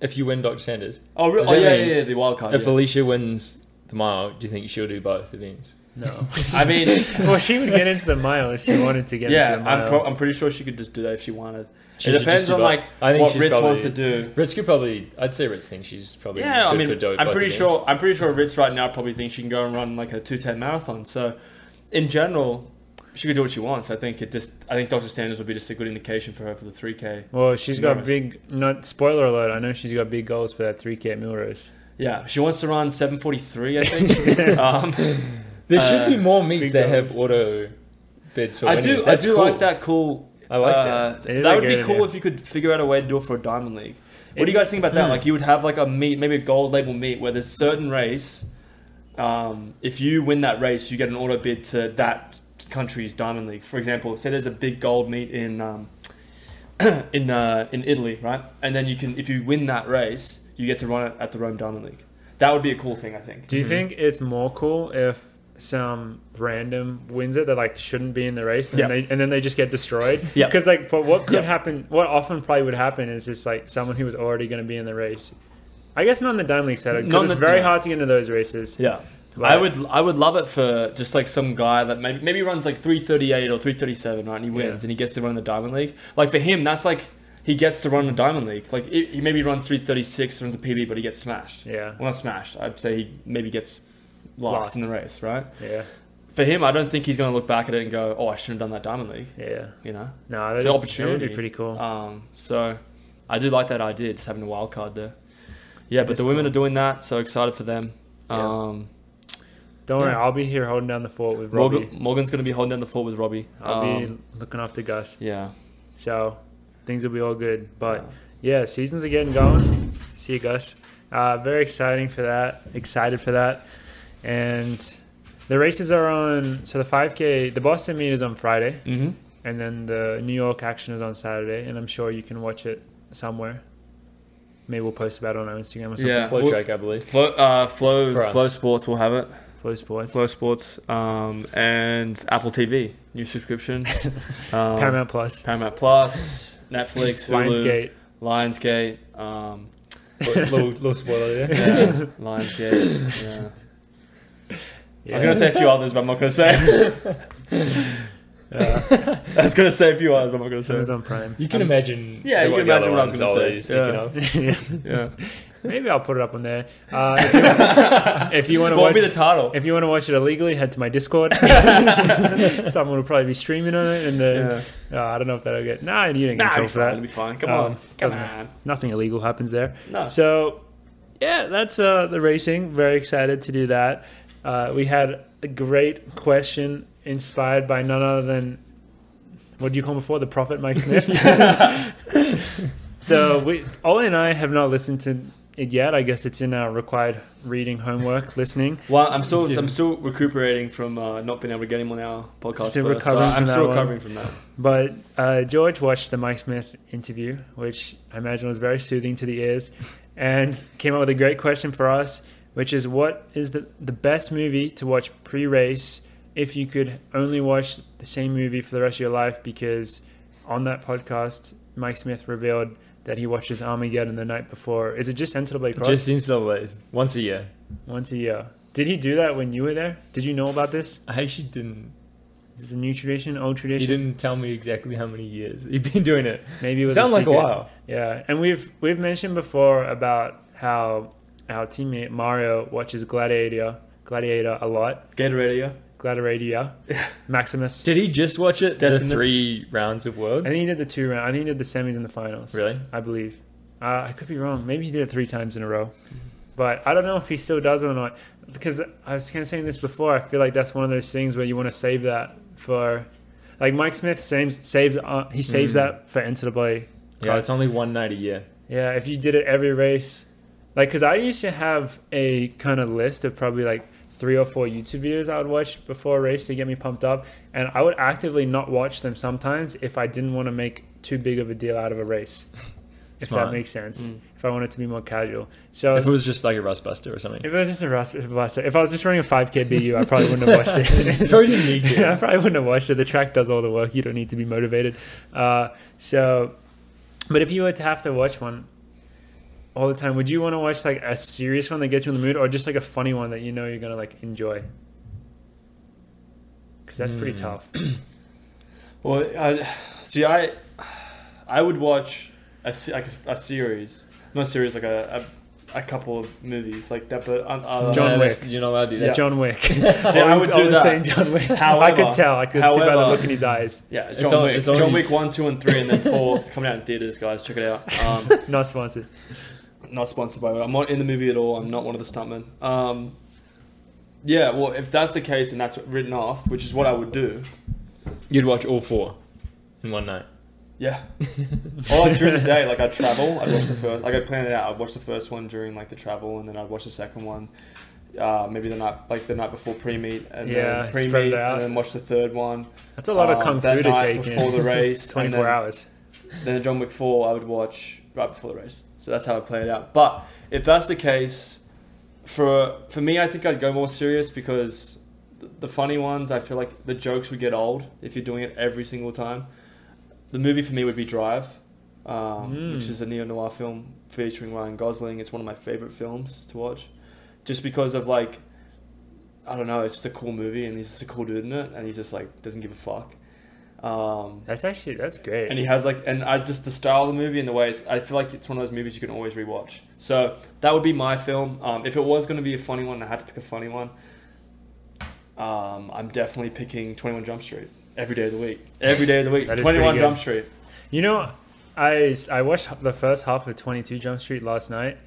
Speaker 3: if you win Dr. Sanders?
Speaker 2: Oh, really?
Speaker 3: Does
Speaker 2: oh
Speaker 3: that
Speaker 2: yeah,
Speaker 3: mean-
Speaker 2: yeah, yeah, the wild card.
Speaker 3: if
Speaker 2: yeah.
Speaker 3: Alicia wins the mile, do you think she'll do both events?
Speaker 1: No.
Speaker 2: I mean,
Speaker 1: well, she would get into the mile if she wanted to get
Speaker 2: yeah,
Speaker 1: into the mile.
Speaker 2: I'm, pro- I'm pretty sure she could just do that if she wanted.
Speaker 3: She
Speaker 2: it
Speaker 3: should
Speaker 2: depends
Speaker 3: just do
Speaker 2: on
Speaker 3: both.
Speaker 2: like
Speaker 3: I think
Speaker 2: what
Speaker 3: she's
Speaker 2: Ritz
Speaker 3: probably-
Speaker 2: wants to do.
Speaker 3: Ritz could probably. I'd say Ritz thinks she's probably.
Speaker 2: Yeah, I
Speaker 3: good
Speaker 2: mean,
Speaker 3: for do-
Speaker 2: I'm
Speaker 3: both
Speaker 2: pretty
Speaker 3: events.
Speaker 2: sure. I'm pretty sure Ritz right now probably thinks she can go and run like a 210 marathon. So, in general, she could do what she wants. I think it just. I think Dr. Sanders would be just a good indication for her for the 3K.
Speaker 1: well, she's got
Speaker 2: Nice.
Speaker 1: big. Not spoiler alert. I know she's got big goals for that 3K mil race.
Speaker 2: Yeah, she wants to run 743. I think. um,
Speaker 3: There
Speaker 2: Uh,
Speaker 3: should be more
Speaker 1: big
Speaker 3: meets that have
Speaker 1: goals.
Speaker 3: auto bids for
Speaker 2: I do.
Speaker 3: winners.
Speaker 2: I
Speaker 3: That's
Speaker 2: do
Speaker 3: cool.
Speaker 2: like that cool.
Speaker 3: I like
Speaker 2: uh,
Speaker 1: It is
Speaker 2: That
Speaker 1: a
Speaker 2: would be
Speaker 1: good
Speaker 2: cool
Speaker 1: idea.
Speaker 2: if you could figure out a way to do it for a diamond league. What
Speaker 1: It-
Speaker 2: do you guys think about that?
Speaker 3: Hmm.
Speaker 2: Like you would have like a meet, maybe a gold label meet, where there's certain race. Um, if you win that race, you get an auto bid to that country's diamond league. For example, say there's a big gold meet in um, in uh, in Italy, right? And then you can, if you win that race, you get to run it at the Rome Diamond League. That would be a cool thing, I think.
Speaker 1: Do you
Speaker 3: Mhm.
Speaker 1: think it's more cool if some random wins it that like shouldn't be in the race and,
Speaker 2: Yeah.
Speaker 1: they, and then they just get destroyed?
Speaker 2: Yeah.
Speaker 1: Because like, but what
Speaker 2: Yeah.
Speaker 1: could happen? What often probably would happen is just like someone who was already going to be in the race. I guess not in the Dime League setup
Speaker 2: Not in
Speaker 1: because it's
Speaker 2: the-
Speaker 1: very
Speaker 2: yeah.
Speaker 1: hard to get into those races.
Speaker 2: Yeah.
Speaker 1: Like-
Speaker 2: I would I would love it for just like some guy that maybe maybe runs like 338 or 337 right and he wins
Speaker 1: Yeah.
Speaker 2: and he gets to run the diamond league like for him that's like he gets to run the diamond league like i- he maybe runs 336 runs a PB but he gets smashed
Speaker 1: Yeah.
Speaker 2: well not smashed I'd say he maybe gets lost,
Speaker 1: Lost.
Speaker 2: in the race right
Speaker 1: Yeah.
Speaker 2: for him I don't think he's gonna look back at it and go oh I shouldn't have done that diamond league
Speaker 1: Yeah.
Speaker 2: you know
Speaker 1: No,
Speaker 2: It's an
Speaker 1: that's That would
Speaker 2: opportunity.
Speaker 1: be pretty cool.
Speaker 2: um so I do like that idea just having a wild card there yeah
Speaker 1: That
Speaker 2: but
Speaker 1: is
Speaker 2: the women
Speaker 1: cool.
Speaker 2: are doing that so excited for them
Speaker 1: Yeah.
Speaker 2: um.
Speaker 1: Don't worry,
Speaker 2: yeah.
Speaker 1: I'll be here holding down the fort with Robbie.
Speaker 2: Morgan, Morgan's going to be holding down the fort with Robbie.
Speaker 1: I'll
Speaker 2: Um,
Speaker 1: be looking after Gus.
Speaker 2: yeah.
Speaker 1: So things will be all good. But
Speaker 2: Yeah.
Speaker 1: yeah, seasons are getting going. See you, Gus. Uh, very exciting for that. Excited for that. And the races are on. So the 5K, the Boston meet is on Friday,
Speaker 2: Mm-hmm.
Speaker 1: and then the New York action is on Saturday. And I'm sure you can watch it somewhere. Maybe we'll post about it on our Instagram or something.
Speaker 2: Yeah. Uh,
Speaker 3: Flow
Speaker 2: Well-
Speaker 3: track, I believe.
Speaker 2: Flow, uh, Flow,
Speaker 3: For us.
Speaker 2: Flow Sports will have it.
Speaker 1: Flow Sports,
Speaker 2: Flow Sports um, and Apple TV new subscription. um,
Speaker 1: Paramount Plus,
Speaker 2: Paramount Plus, Netflix, Hulu,
Speaker 1: Lionsgate.
Speaker 2: Lionsgate, um,
Speaker 3: little, little spoiler there.
Speaker 2: yeah, Lionsgate. Yeah. I was
Speaker 1: Yeah.
Speaker 2: gonna say a few others, but I'm not gonna say. I was gonna say a few others, but I'm not gonna say.
Speaker 1: Amazon Prime.
Speaker 3: You can
Speaker 2: Um,
Speaker 3: imagine.
Speaker 2: yeah, you
Speaker 3: what
Speaker 2: can
Speaker 3: the
Speaker 2: imagine
Speaker 3: other
Speaker 2: what I was
Speaker 3: ones
Speaker 2: gonna say.
Speaker 3: always thinking
Speaker 2: Yeah.
Speaker 3: of.
Speaker 2: Yeah.
Speaker 1: Maybe I'll put it up on there. Uh, if you want, if you want to
Speaker 2: What would
Speaker 1: watch,
Speaker 2: be the title?
Speaker 1: if you want to watch it illegally, head to my Discord. Someone will probably be streaming on it, and then
Speaker 2: Yeah.
Speaker 1: oh, I don't know if that'll get. Nah, you didn't get
Speaker 2: Nah,
Speaker 1: in
Speaker 2: it'll
Speaker 1: trouble
Speaker 2: be
Speaker 1: for
Speaker 2: fine. It'll be fine.
Speaker 1: that.
Speaker 2: Come
Speaker 1: Um,
Speaker 2: on, come
Speaker 1: doesn't-
Speaker 2: on.
Speaker 1: Nothing illegal happens there.
Speaker 2: No.
Speaker 1: So, yeah, that's uh, the racing. Very excited to do that. Uh, we had a great question inspired by none other than what do you call him before the prophet Mike Smith. so we Ollie and I have not listened to it yet. I guess it's in our required reading homework listening.
Speaker 2: Well, I'm still
Speaker 3: Zoom.
Speaker 2: I'm still recuperating from uh, not being able to get him on our podcast.
Speaker 1: Still
Speaker 2: first, so
Speaker 1: recovering
Speaker 2: I'm
Speaker 1: from
Speaker 2: still
Speaker 1: that one.
Speaker 2: recovering from that.
Speaker 1: But uh, George watched the Mike Smith interview, which I imagine was very soothing to the ears, and came up with a great question for us, which is what is the, the best movie to watch pre race if you could only watch the same movie for the rest of your life? Because on that podcast, Mike Smith revealed that he watches Armageddon the night before. Is it just Enter the Blade Cross?
Speaker 3: Just installays once a year.
Speaker 1: Once a year. Did he do that when you were there? Did you know about this?
Speaker 3: I actually didn't.
Speaker 1: Is this a new tradition, old
Speaker 3: He
Speaker 1: tradition?
Speaker 3: didn't tell me exactly how many years he'd been doing it.
Speaker 1: Maybe it was
Speaker 3: Sound like a
Speaker 1: secret.
Speaker 3: while.
Speaker 1: Yeah, and we've we've mentioned before about how our teammate Mario watches Gladiator, Gladiator a lot,
Speaker 2: Gatorade, yeah.
Speaker 1: Gladiator, Maximus.
Speaker 3: Did he just watch it? The
Speaker 2: Definitely.
Speaker 3: three rounds of
Speaker 1: I
Speaker 3: Worlds.
Speaker 1: think he did the two round. I think he did the semis and the finals.
Speaker 3: Really?
Speaker 1: I believe. Uh, I could be wrong. Maybe he did it three times in a row, but I don't know if he still does it or not. Because I was kind of saying this before. I feel like that's one of those things where you want to save that for, like Mike Smith saves saves uh, he saves
Speaker 3: Mm.
Speaker 1: that for Enter the Play
Speaker 3: Yeah, it's only one night a year.
Speaker 1: Yeah, if you did it every race, like because I used to have a kind of list of probably like three or four YouTube videos I would watch before a race to get me pumped up, and I would actively not watch them sometimes if I didn't want to make too big of a deal out of a race. if that
Speaker 3: Smart.
Speaker 1: makes sense.
Speaker 2: Mm.
Speaker 1: If I wanted to be more casual, so
Speaker 3: if it was just like a rust buster or something.
Speaker 1: if it was just a Rust Buster, if I was just running a 5k BU, I probably wouldn't have watched it.
Speaker 3: You probably didn't need to.
Speaker 1: Yeah, I probably wouldn't have watched it. The track does all the work. You don't need to be motivated. Uh, so, but if you were to have to watch one all the time, would you want to watch like a serious one that gets you in the mood, or just like a funny one that you know you're gonna like enjoy? Because that's pretty
Speaker 2: Hmm.
Speaker 3: Mm.
Speaker 1: tough.
Speaker 2: Well, I, see, I I would watch a, se- like a series, not series, like a, a, a couple of movies like that. But on, on,
Speaker 1: John
Speaker 3: Yeah,
Speaker 1: Wick.
Speaker 3: that's- You're not allowed to do that.
Speaker 1: Yeah. John Wick. See,
Speaker 2: I would do that.
Speaker 1: Saying John Wick. I
Speaker 2: However-
Speaker 1: could tell. I could see by the
Speaker 2: however-
Speaker 1: look in his eyes.
Speaker 2: yeah,
Speaker 3: It's
Speaker 2: John
Speaker 3: all-
Speaker 2: Wick.
Speaker 3: it's all
Speaker 2: John
Speaker 3: you-
Speaker 2: Wick one, two, and three, and then four. It's coming out in theaters, guys. Check it out. Um,
Speaker 1: Not sponsored.
Speaker 2: not sponsored by. I'm not in the movie at all. I'm not one of the stuntmen. Um, yeah, well, if that's the case and that's written off, which is what I would do.
Speaker 3: You'd watch all four in one night.
Speaker 2: Yeah. or Oh, during the day, like I'd travel, I'd watch the first, like I'd plan it out. I'd watch the first one during like the travel, and then I'd watch the second one, uh, maybe the night, like the night before pre meet, and
Speaker 1: Yeah,
Speaker 2: then
Speaker 1: spread
Speaker 2: pre
Speaker 1: it
Speaker 2: meet,
Speaker 1: out.
Speaker 2: and then watch the third one.
Speaker 1: That's a lot of
Speaker 2: um,
Speaker 1: kung
Speaker 2: that
Speaker 1: fu to
Speaker 2: night
Speaker 1: take in.
Speaker 2: before the race. and
Speaker 1: 24
Speaker 2: then-
Speaker 1: hours.
Speaker 2: Then the John Wick four, I would watch right before the race. So that's how I play it out. But if that's the case, for for me, I think I'd go more serious because th- the funny ones, I feel like the jokes would get old if you're doing it every single time. The movie for me would be Drive, um,
Speaker 1: Mm.
Speaker 2: which is a neo noir film featuring Ryan Gosling. It's one of my favorite films to watch, just because of like. I don't know. It's just a cool movie, and he's just a cool dude in it, and he's just like doesn't give a fuck. Um,
Speaker 1: That's actually that's great.
Speaker 2: and he has like, and I just the style of the movie and the way it's. I feel like it's one of those movies you can always rewatch. So that would be my film. Um, if it was going to be a funny one, and I had to pick a funny one. Um, I'm definitely picking Twenty One Jump Street every day of the week. Every day of the week,
Speaker 1: That is
Speaker 2: Twenty One
Speaker 1: pretty good.
Speaker 2: Jump Street.
Speaker 1: You know, I I watched the first half of 22 Jump Street last night.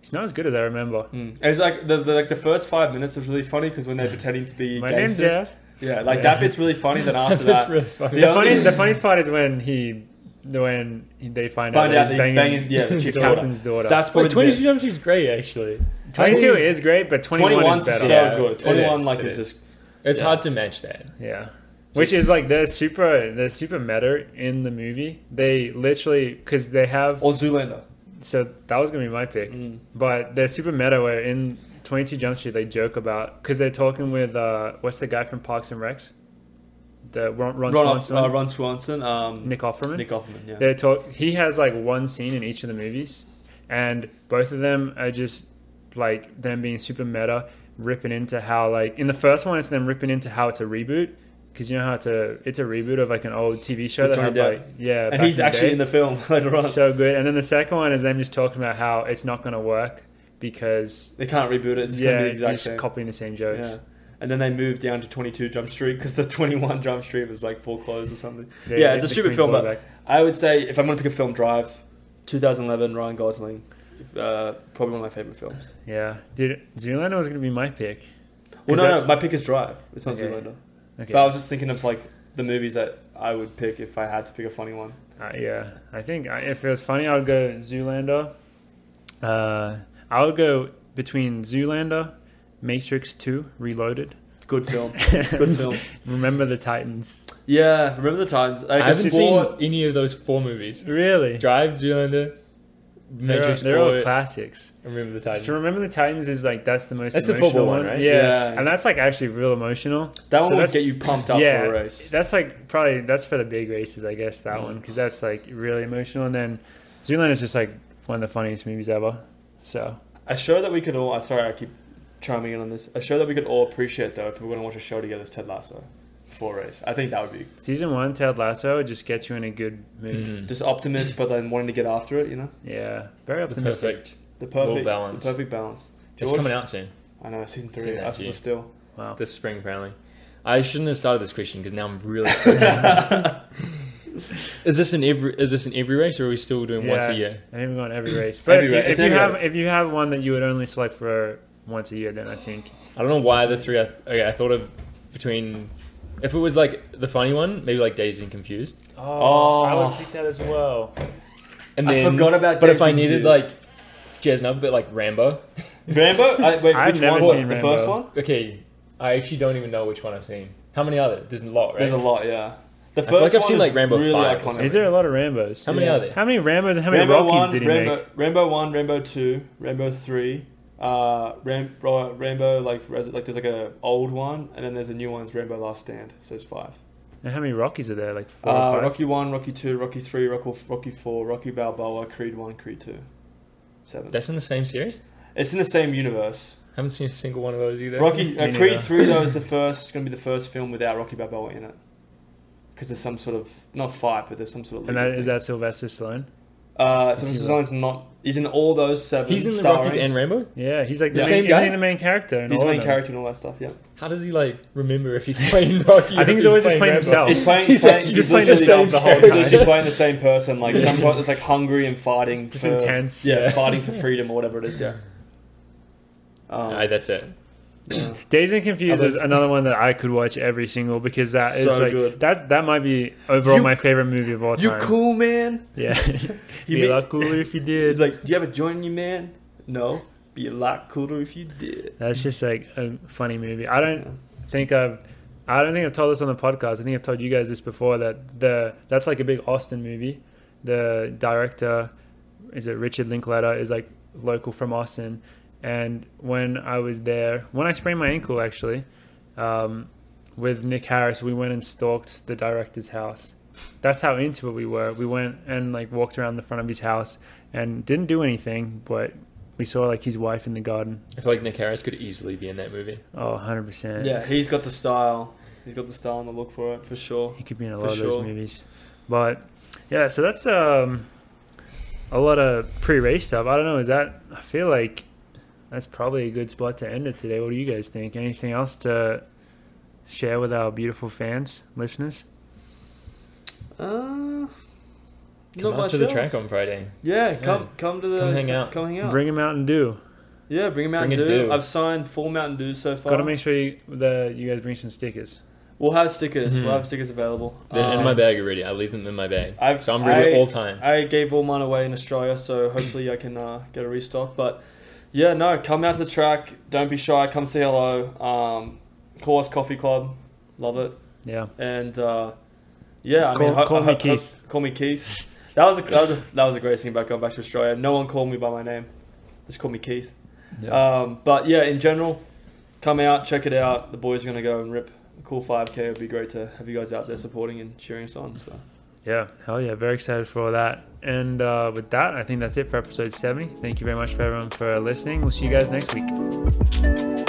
Speaker 1: It's not as good as I remember.
Speaker 2: Mm. It's like the, the like the first five minutes was really funny because when they're pretending to be
Speaker 1: My name's
Speaker 2: gangsters.
Speaker 1: Jeff.
Speaker 2: Yeah, like
Speaker 1: Yeah.
Speaker 2: that bit's really funny. Then after
Speaker 3: That's
Speaker 2: that,
Speaker 3: really funny.
Speaker 1: The,
Speaker 2: Yeah.
Speaker 1: funny, the funniest part is when he when he- they find,
Speaker 2: Find
Speaker 1: out,
Speaker 2: out
Speaker 1: that he's
Speaker 2: that he's
Speaker 1: banging,
Speaker 2: banging, yeah, the
Speaker 1: his
Speaker 2: chief's
Speaker 1: captain's daughter.
Speaker 2: that's
Speaker 3: Wait,
Speaker 2: probably the
Speaker 3: 22
Speaker 2: bit.
Speaker 3: Jump Street's great, actually.
Speaker 1: 22 is great, but 21 is
Speaker 2: 21's
Speaker 1: better.
Speaker 2: so
Speaker 3: Yeah,
Speaker 2: good.
Speaker 3: it
Speaker 2: Twenty One
Speaker 3: is,
Speaker 2: like
Speaker 3: it
Speaker 2: is
Speaker 3: is.
Speaker 2: just
Speaker 3: It's
Speaker 2: Yeah.
Speaker 3: hard to match that.
Speaker 1: Yeah. Which is like they're super they're super meta in the movie. They literally because they have
Speaker 2: or Zoolander.
Speaker 1: so that was gonna be my pick.
Speaker 2: Mm.
Speaker 1: But they're super meta where in 22 Jump Street they joke about because they're talking with uh, what's the guy from Parks and Recs, the Ron, Ron
Speaker 2: Ron,
Speaker 1: Swanson,
Speaker 2: uh, Ron Swanson, um,
Speaker 1: Nick Offerman.
Speaker 2: Nick Offerman, yeah.
Speaker 1: They talk. He has like one scene in each of the movies, and both of them are just like them being super meta, ripping into how like in the first one it's them ripping into how it's a reboot because you know how it's a it's a reboot of like an old TV show
Speaker 2: With
Speaker 1: that had
Speaker 2: Johnny Depp.
Speaker 1: like yeah,
Speaker 2: and
Speaker 1: uh, back
Speaker 2: he's
Speaker 1: in the
Speaker 2: actually
Speaker 1: day.
Speaker 2: in the film later on.
Speaker 1: so good. And then the second one is them just talking about how it's not going to work because
Speaker 2: they can't reboot it. It's just
Speaker 1: yeah,
Speaker 2: gonna be the
Speaker 1: it's
Speaker 2: exact
Speaker 1: just
Speaker 2: same.
Speaker 1: copying the same jokes.
Speaker 2: yeah. And then they moved down to 22 Jump Street because the 21 Jump Street was like foreclosed or something.
Speaker 1: They-
Speaker 2: Yeah, it's a
Speaker 1: the
Speaker 2: stupid
Speaker 1: Queen
Speaker 2: film, but-
Speaker 1: callback.
Speaker 2: I would say if I'm gonna pick a film, Drive, 2011, Ryan Gosling, uh, probably one of my favorite films.
Speaker 1: yeah, dude, Zoolander was going to be my pick.
Speaker 2: Well,
Speaker 1: 'Cause
Speaker 2: no, no,
Speaker 1: that's-
Speaker 2: my pick is Drive. It's not
Speaker 1: Okay.
Speaker 2: Zoolander.
Speaker 1: Okay,
Speaker 2: But I was just thinking of like the movies that I would pick if I had to pick a funny one.
Speaker 1: Uh, yeah, I think I, if it was funny, I would go Zoolander. Uh, I would go between Zoolander, Matrix Two, Reloaded.
Speaker 2: Good film. Good film.
Speaker 1: Remember the Titans.
Speaker 2: Yeah, remember the times. Like,
Speaker 3: I haven't
Speaker 2: Sport-
Speaker 3: seen any of those four movies.
Speaker 1: Really,
Speaker 3: Drive, Zoolander,
Speaker 1: they're,
Speaker 3: Matrix,
Speaker 1: they're all
Speaker 3: or-
Speaker 1: classics.
Speaker 3: and Remember the Titan.
Speaker 1: So Remember the Titans is like that's the most
Speaker 3: That's the
Speaker 1: emotional
Speaker 3: football one,
Speaker 1: one,
Speaker 3: right?
Speaker 1: Yeah.
Speaker 2: Yeah.
Speaker 1: and that's like actually real emotional.
Speaker 2: That
Speaker 1: So
Speaker 2: one would
Speaker 1: that's-
Speaker 2: get you pumped up
Speaker 1: yeah,
Speaker 2: for a race.
Speaker 1: That's like probably that's for the big races, I guess that one, 'cause one because that's like really emotional. And then Zoolander is just like one of the funniest movies ever. So
Speaker 2: A show that we could all. I'm sorry, I keep chiming in on this. A show that we could all appreciate though, if we we're going to watch a show together, is Ted Lasso. Before a race, I think that would be
Speaker 1: Season one, Ted Lasso just gets you in a good mood.
Speaker 3: Mm.
Speaker 2: just optimist, but then wanting to get after it. You know,
Speaker 1: Yeah, very
Speaker 3: The
Speaker 1: optimistic.
Speaker 3: perfect.
Speaker 2: the perfect
Speaker 3: balance.
Speaker 2: The perfect balance.
Speaker 3: It's
Speaker 2: George?
Speaker 3: coming out soon.
Speaker 2: I know season three.
Speaker 3: Season
Speaker 2: I saw
Speaker 3: two.
Speaker 2: the still.
Speaker 1: Wow.
Speaker 3: This spring, apparently. I shouldn't have started this question because now I'm really. is this an every? Is this an every race, or are we still doing once a
Speaker 1: Yeah.
Speaker 3: year?
Speaker 1: I haven't gone every race, but
Speaker 2: Every
Speaker 1: if you,
Speaker 2: race. It's
Speaker 1: if you
Speaker 2: every
Speaker 1: have
Speaker 2: race.
Speaker 1: if you have one that you would only select for once a year, then I think
Speaker 3: I don't know why the three. I, okay, I thought of between. If it was like the funny one, maybe like Dazed and Confused,
Speaker 1: oh, I
Speaker 2: Oh.
Speaker 1: would pick that as well.
Speaker 3: and
Speaker 2: I
Speaker 3: then
Speaker 2: forgot about
Speaker 3: But
Speaker 2: Dazed
Speaker 3: if I
Speaker 2: and
Speaker 3: needed
Speaker 2: Confused.
Speaker 3: like Jesnub, but like Rambo.
Speaker 2: Rambo? I, wait,
Speaker 1: I've
Speaker 2: which
Speaker 1: never
Speaker 2: one?
Speaker 1: seen
Speaker 2: the
Speaker 1: Rambo.
Speaker 2: first one?
Speaker 3: Okay, I actually don't even know which one I've seen. How many are there? There's a lot, right?
Speaker 2: There's a lot, yeah. The first
Speaker 3: feel like I've
Speaker 2: one
Speaker 3: seen,
Speaker 2: is
Speaker 3: like, Rambo
Speaker 2: really
Speaker 3: five or
Speaker 2: iconic.
Speaker 3: something.
Speaker 1: Is there a lot of Rambos?
Speaker 3: How many
Speaker 2: Yeah.
Speaker 3: are there?
Speaker 1: How many Rambos and how many
Speaker 2: Rambo
Speaker 1: Rockies
Speaker 2: one,
Speaker 1: did he
Speaker 2: Rambo,
Speaker 1: make?
Speaker 2: Rambo one, Rambo two, Rambo three, uh, Ram, uh, Rambo like res- like there's like a old one, and then there's a new one. It's Rambo Last Stand. So it's five.
Speaker 1: And how many Rockies are there? Like four
Speaker 2: Uh,
Speaker 1: or five?
Speaker 2: Rocky one, Rocky two, Rocky three, Rocky Rocky four, Rocky Balboa, Creed one, Creed two, seven.
Speaker 3: That's in the same series.
Speaker 2: it's in the same universe.
Speaker 3: Haven't seen a single one of those either.
Speaker 2: Rocky
Speaker 1: Me
Speaker 2: uh,
Speaker 1: neither.
Speaker 2: Creed three though is the first going to be the first film without Rocky Balboa in it because there's some sort of not fight, but there's some sort of.
Speaker 1: And that,
Speaker 2: legal
Speaker 1: is
Speaker 2: thing.
Speaker 1: that Sylvester Stallone?
Speaker 2: Uh, so
Speaker 3: Is
Speaker 2: Mr.
Speaker 3: he
Speaker 2: Stallone's not. He's in all those seven.
Speaker 3: He's in the
Speaker 2: starring-
Speaker 3: Rockies and Rambo.
Speaker 1: Yeah, he's like the
Speaker 2: Yeah.
Speaker 1: main,
Speaker 3: Same
Speaker 1: isn't
Speaker 3: guy?
Speaker 1: he the main character. In
Speaker 2: He's
Speaker 1: all
Speaker 2: the
Speaker 1: of
Speaker 2: main
Speaker 1: them?
Speaker 2: character and all that stuff. Yeah.
Speaker 3: How does he like remember if he's playing Rocky?
Speaker 1: I
Speaker 3: or if
Speaker 1: think Oh. he's always just playing
Speaker 3: Rambo?
Speaker 1: himself.
Speaker 2: He's playing.
Speaker 3: He's
Speaker 2: playing-
Speaker 3: actually
Speaker 1: just
Speaker 2: literally
Speaker 1: playing the same
Speaker 2: the whole
Speaker 1: character.
Speaker 2: time. He's just playing the same person. Like some part that's like hungry and fighting.
Speaker 1: Just
Speaker 2: for,
Speaker 1: intense.
Speaker 2: Yeah,
Speaker 3: Yeah.
Speaker 2: fighting for freedom or whatever it is. Yeah. Um,
Speaker 3: Aye, that's it.
Speaker 2: yeah.
Speaker 1: Dazed and Confused is
Speaker 3: Others-
Speaker 1: another one that I could watch every single because that is
Speaker 2: So
Speaker 1: like
Speaker 2: good.
Speaker 1: that's that might be overall
Speaker 2: You-
Speaker 1: my favorite movie of all
Speaker 2: You
Speaker 1: time.
Speaker 2: cool, man.
Speaker 1: Yeah,
Speaker 2: You
Speaker 1: be a
Speaker 2: mean-
Speaker 1: lot cooler if you did.
Speaker 2: He's like, do you ever join you, man? No. Be a lot cooler if you did.
Speaker 1: That's just like a funny movie. I don't think I've. I don't think I've told this on the podcast. I think I've told you guys this before that the that's like a big Austin movie. The director is it Richard Linklater is like local from Austin, and when I was there, when I sprained my ankle actually, um, with Nick Harris, we went and stalked the director's house. That's how into it we were. We went and like walked around the front of his house and didn't do anything, but we saw like his wife in the garden.
Speaker 3: I feel like Nick Harris could easily be in that movie.
Speaker 1: Oh, 100%.
Speaker 2: Yeah, he's got the style. He's got the style and the look for it for sure.
Speaker 1: He could be in a
Speaker 2: For
Speaker 1: lot of
Speaker 2: sure.
Speaker 1: those movies. But yeah, so that's um a lot of pre-race stuff. I don't know, is that I feel like that's probably a good spot to end it today. What do you guys think? Anything else to share with our beautiful fans, listeners?
Speaker 2: Uh,
Speaker 3: Come out to the track on Friday.
Speaker 2: Yeah, come come to the
Speaker 3: Come hang out.
Speaker 2: Come hang out.
Speaker 1: Bring 'em Bring them out and do.
Speaker 2: yeah, bring a Mountain
Speaker 3: bring a
Speaker 2: Dew.
Speaker 3: Dew.
Speaker 2: I've signed four Mountain Dews so far.
Speaker 1: Got to make sure you, the you guys bring some stickers.
Speaker 2: We'll have stickers.
Speaker 3: Mhm.
Speaker 2: We'll have stickers available.
Speaker 3: They're in
Speaker 2: Um,
Speaker 3: my bag already. I leave them in my bag,
Speaker 2: I've,
Speaker 3: so I'm ready
Speaker 2: I-
Speaker 3: at all times.
Speaker 2: I gave all mine away in Australia, so hopefully I can uh, get a restock. But yeah, no, come out to the track. Don't be shy. Come say hello. Um, call us Coffee Club. Love it.
Speaker 1: Yeah.
Speaker 2: And uh, yeah, I mean,
Speaker 1: Call- call me Keith.
Speaker 2: call me Keith. That was a, that was a, that was a great thing about going back to Australia. No one called me by my name. Just called me Keith. Um, but yeah, in general, come out, check it out. The boys are gonna go and rip a cool 5K. It'd be great to have you guys out there supporting and cheering us on. So
Speaker 1: Yeah, hell yeah, very excited for all that. And uh, with that, I think that's it for episode 70. Thank you very much for everyone for listening. We'll see you guys next week.